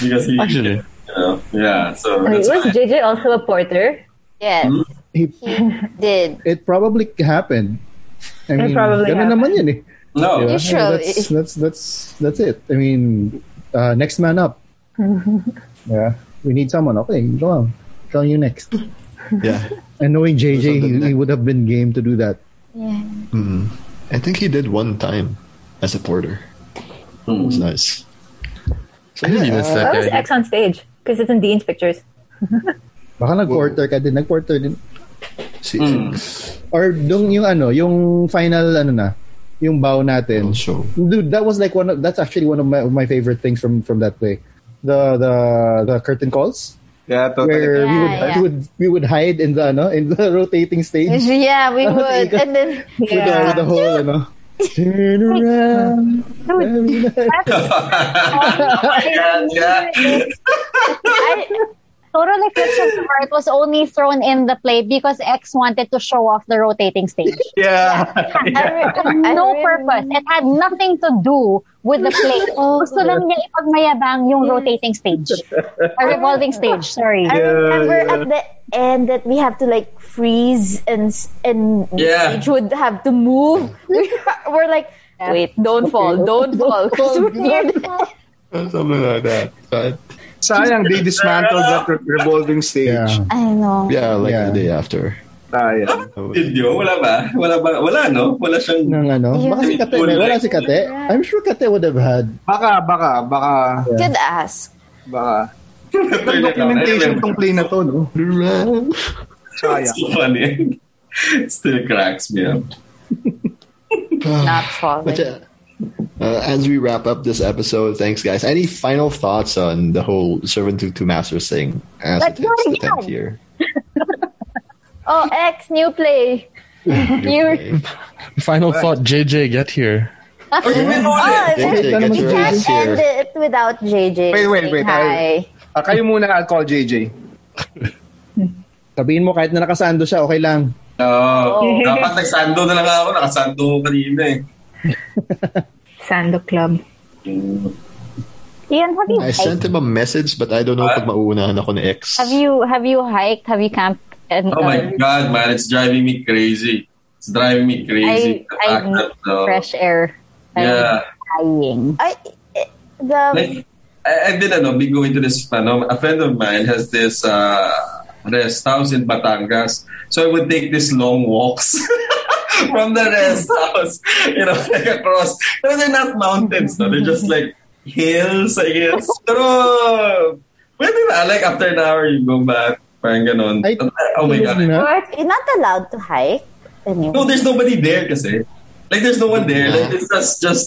Speaker 6: Because he...
Speaker 3: Actually.
Speaker 6: you know, yeah. So,
Speaker 7: Wait,
Speaker 6: that's
Speaker 7: was
Speaker 6: why.
Speaker 7: JJ also a porter?
Speaker 2: Yes,
Speaker 1: He,
Speaker 2: did.
Speaker 1: it probably happened. I mean,
Speaker 7: probably happened.
Speaker 1: ganun naman yun eh.
Speaker 6: No.
Speaker 1: Diba?
Speaker 2: You sure?
Speaker 1: That's, that's, that's, that's it. I mean, uh, next man up. yeah. We need someone. Okay, go on. Tell you next.
Speaker 4: yeah.
Speaker 1: And knowing JJ,
Speaker 4: Who's on the
Speaker 1: he, he
Speaker 4: next?
Speaker 1: would have been game to do that.
Speaker 4: Mm-hmm. I think he did one time as a porter. It was
Speaker 6: Hmm.
Speaker 4: nice. So,
Speaker 3: I really
Speaker 4: yeah,
Speaker 3: miss
Speaker 4: uh,
Speaker 3: that
Speaker 7: Why was
Speaker 3: guy.
Speaker 7: X on stage? Because it's in Dean's pictures.
Speaker 1: Baka nag-quarter ka din. Nag-quarter din.
Speaker 4: see,
Speaker 1: Or dung, yung ano, yung final ano na, yung bow natin.
Speaker 4: show.
Speaker 1: Dude, that was like one of that's actually one of my, of my favorite things from from that play. The the the curtain calls
Speaker 5: Yeah, totally.
Speaker 1: where we would
Speaker 2: Yeah,
Speaker 1: we would we would hide in the no, in the rotating stage
Speaker 2: Yeah, we
Speaker 1: Oh,
Speaker 2: would.
Speaker 1: teka.
Speaker 2: And then
Speaker 1: with the with the whole ano. Turn around.
Speaker 6: yeah, yeah.
Speaker 8: I, total Eclipse of the Heart was only thrown in the play because X wanted to show off the rotating stage.
Speaker 6: Yeah.
Speaker 2: I, re- I
Speaker 8: no
Speaker 2: really-
Speaker 8: purpose. It had nothing to do with the play. Gusto lang niya ipagmayabang yung rotating stage. Or revolving stage, sorry.
Speaker 2: I remember
Speaker 5: yeah.
Speaker 2: at the end that we have to like freeze and s- and the
Speaker 6: Yeah.
Speaker 2: stage would have to move. We are, we're like, wait, don't fall, don't fall, because we're near the
Speaker 4: Something like that. But
Speaker 5: Sayang, they dismantled that re- revolving stage.
Speaker 1: Yeah.
Speaker 2: I know.
Speaker 4: yeah, like
Speaker 1: Yeah.
Speaker 4: the day after.
Speaker 6: Ah,
Speaker 5: Sayang.
Speaker 6: Video? Wala ba? Wala ba? Wala, no? Wala siyang...
Speaker 1: Ng ano? Baka si Kate, may- wala si Kate. I'm sure Kate would have had.
Speaker 5: Baka, baka, baka,
Speaker 2: Could ask.
Speaker 5: baka.
Speaker 6: Turn it down. I
Speaker 5: Documentation
Speaker 6: remember.
Speaker 5: tong play na to, no? Sayang.
Speaker 6: So funny. Still cracks me up.
Speaker 2: Not falling.
Speaker 4: But uh, uh, as we wrap up this episode, thanks guys. Any final thoughts on the whole servant to two masters thing as
Speaker 8: Let's
Speaker 4: it hits
Speaker 8: go
Speaker 4: the
Speaker 8: again.
Speaker 4: tenth year?
Speaker 2: Oh, X, new play.
Speaker 4: Okay.
Speaker 3: Final thought, JJ, get here.
Speaker 6: Oh, you win all
Speaker 2: Oh,
Speaker 4: JJ,
Speaker 2: there's-
Speaker 4: get
Speaker 2: we
Speaker 4: your
Speaker 2: can't
Speaker 4: ass here.
Speaker 2: end it without JJ.
Speaker 5: Wait, wait,
Speaker 2: saying
Speaker 5: wait,
Speaker 2: Hi.
Speaker 5: Ah, kayo muna, I'll call JJ.
Speaker 1: Sabihin mo kahit na nakasando siya, okay lang.
Speaker 8: Oh.
Speaker 6: Oo. Oh, dapat nagsando na lang ako. Nakasando ko kanina eh.
Speaker 7: Sando Club.
Speaker 8: Ian, have you
Speaker 4: I sent him a message, but I don't know pag mauunahan ako ni X.
Speaker 8: Have you have you hiked? Have you camped? And, uh,
Speaker 6: Oh my God, man. It's driving me crazy. It's driving me
Speaker 8: I
Speaker 6: crazy. The
Speaker 8: I
Speaker 6: fact
Speaker 8: need
Speaker 6: that, uh,
Speaker 8: fresh air. I'm
Speaker 6: Yeah.
Speaker 8: dying.
Speaker 2: I, the
Speaker 6: Like, I, I've been, ano, been going to this, ano, a friend of mine has this uh, rest house in Batangas. So I would take these long walks from the rest house, you know, like across. Pero they're not mountains, no? They're just like hills, I guess. Pero, pwede na. Like, after an hour, you go back. Parang ganun.
Speaker 1: I-
Speaker 6: oh my God.
Speaker 1: Yun na.
Speaker 2: you're not allowed to hike anyway.
Speaker 6: No, there's nobody there kasi. Like, there's no one there. Like, it's just, just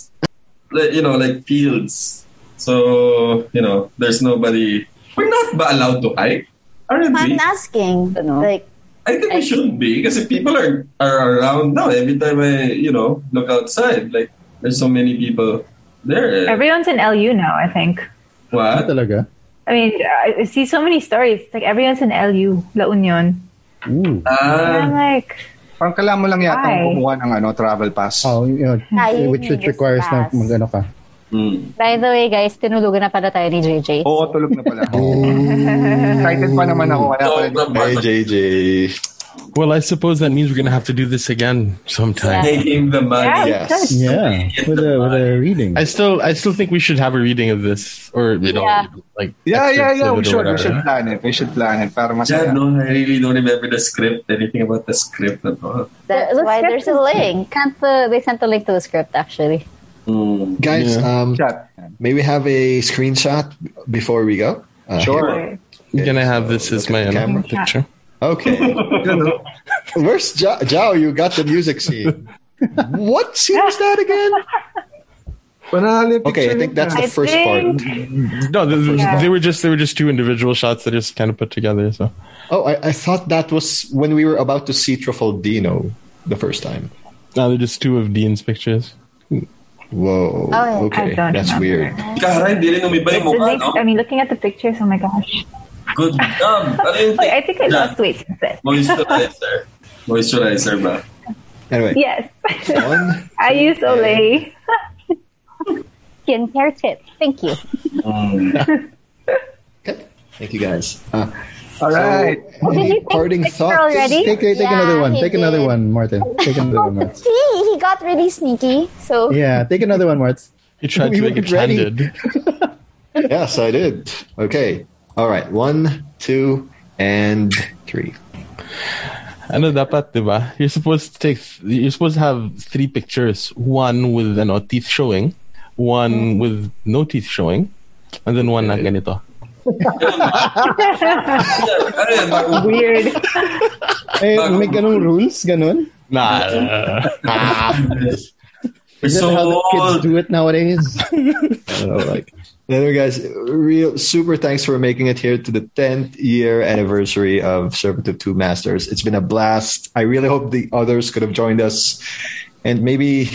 Speaker 6: like, you know, like fields. So, you know, there's nobody. We're not ba allowed to hike? Aren't we?
Speaker 2: I'm asking.
Speaker 8: Ano?
Speaker 2: Like,
Speaker 6: I think we should be kasi people are, are around now. Every time I, you know, look outside, like, there's so many people there.
Speaker 7: Everyone's in LU now, I think.
Speaker 1: Ah,
Speaker 6: what?
Speaker 1: talaga?
Speaker 7: I mean, I I see so many stories. It's like everyone's in LU, La Union.
Speaker 1: Ooh.
Speaker 7: And I'm
Speaker 6: Ah,
Speaker 7: like,
Speaker 5: Parang kailangan mo lang yata
Speaker 7: Why?
Speaker 5: kumuha ng ano, travel pass.
Speaker 1: Oh, you know,
Speaker 2: Ayun
Speaker 1: which, which
Speaker 2: yung
Speaker 1: requires na
Speaker 2: discuss.
Speaker 1: mag-ano ka.
Speaker 6: mm.
Speaker 8: By the way, guys, tinulugan na pala tayo ni JJ.
Speaker 5: Oo, tulog na pala. Oh. Excited pa naman ako. Kaya pala
Speaker 6: Sobra ba?
Speaker 4: Hey JJ,
Speaker 3: Well, I suppose that means we're gonna have to do this again sometime.
Speaker 6: taking the money.
Speaker 7: Yeah.
Speaker 4: yes.
Speaker 1: Yeah, with a, with a reading.
Speaker 3: I still, I still think we should have a reading of this, or you know,
Speaker 8: Yeah.
Speaker 3: like
Speaker 5: Yeah, yeah,
Speaker 3: excerpts
Speaker 5: yeah. We
Speaker 3: of it or
Speaker 5: should, we
Speaker 3: whatever.
Speaker 5: should plan it. We should plan it para masaya.
Speaker 6: Yeah, no, I really don't remember the script, anything about the script at all.
Speaker 2: that's
Speaker 8: The
Speaker 2: why
Speaker 8: script
Speaker 2: there's a
Speaker 8: is-
Speaker 2: link.
Speaker 8: Can't, uh, they sent a link to the script actually.
Speaker 6: Mm.
Speaker 4: Guys, um,
Speaker 5: Chat.
Speaker 4: may we have a screenshot before we go? Uh,
Speaker 5: Sure.
Speaker 7: okay.
Speaker 3: Can I have this as
Speaker 4: Look
Speaker 3: my
Speaker 4: at the
Speaker 3: um,
Speaker 4: camera.
Speaker 3: picture?
Speaker 4: Okay. Where's Ja- Jao? You got the music scene. What scene is that again?
Speaker 5: Panali,
Speaker 4: Okay, I think that's
Speaker 7: I
Speaker 4: the first
Speaker 7: think-
Speaker 4: part.
Speaker 3: No, th- th-
Speaker 7: Yeah.
Speaker 3: they were just they were just two individual shots that are just kind of put together. So
Speaker 4: Oh, I, I thought that was when we were about to see Trifaldino the first time.
Speaker 3: now they're just two of Dean's pictures.
Speaker 4: Whoa.
Speaker 2: yeah.
Speaker 7: Oh,
Speaker 4: okay,
Speaker 7: I don't
Speaker 4: that's
Speaker 7: remember.
Speaker 4: weird.
Speaker 6: Karay, hindi rin umiba
Speaker 7: The
Speaker 6: yung mukha,
Speaker 7: next,
Speaker 6: no?
Speaker 7: I mean, looking at the pictures, oh my gosh.
Speaker 6: Good job. Ano yung
Speaker 7: Wait, I think I lost weight since then.
Speaker 6: Moisturizer. Moisturizer ba?
Speaker 4: Anyway,
Speaker 7: Yes.
Speaker 4: one.
Speaker 7: I use Olay.
Speaker 8: Skincare tip. Thank you.
Speaker 4: Okay. Thank you guys. Uh,
Speaker 5: All right.
Speaker 8: did
Speaker 4: any
Speaker 8: you take
Speaker 4: parting
Speaker 8: the picture
Speaker 4: thoughts?
Speaker 8: already?
Speaker 1: Take, take, take
Speaker 2: Yeah,
Speaker 1: another one.
Speaker 2: he
Speaker 1: Take
Speaker 2: did.
Speaker 1: another one, Martin. Take another one, Martin.
Speaker 2: See, he got really sneaky. So
Speaker 1: Yeah, take another one, Martin.
Speaker 3: He tried
Speaker 1: We
Speaker 3: to
Speaker 1: were
Speaker 3: make it
Speaker 1: ready.
Speaker 3: candid.
Speaker 4: Yes, I did. Okay. All right. One, two, and three.
Speaker 3: Ano dapat, di ba? You're supposed to take. You're supposed to have three pictures. One with ano teeth showing, one with no teeth showing, and then one na ganito.
Speaker 6: Ano yun? Bago-
Speaker 7: Weird.
Speaker 1: Eh, may ganong rules, ganon?
Speaker 3: Nah.
Speaker 6: We're
Speaker 1: Is that
Speaker 6: so
Speaker 1: how the kids
Speaker 6: old.
Speaker 1: do it nowadays?
Speaker 4: All right. Anyway, guys, real super thanks for making it here to the 10th year anniversary of Servitude 2 Masters. It's been a blast. I really hope the others could have joined us. And maybe,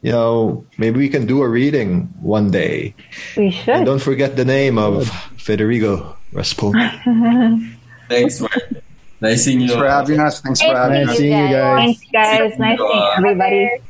Speaker 4: you know, maybe we can do a reading one day.
Speaker 7: We
Speaker 4: And
Speaker 7: should.
Speaker 4: don't forget the name of Federico Rasponi.
Speaker 6: Thanks, Martin. Nice seeing you.
Speaker 5: Thanks for having us. Thanks for
Speaker 8: Thank
Speaker 5: having
Speaker 1: nice
Speaker 5: us.
Speaker 1: seeing you guys.
Speaker 7: Thanks, guys. Nice to meet everybody.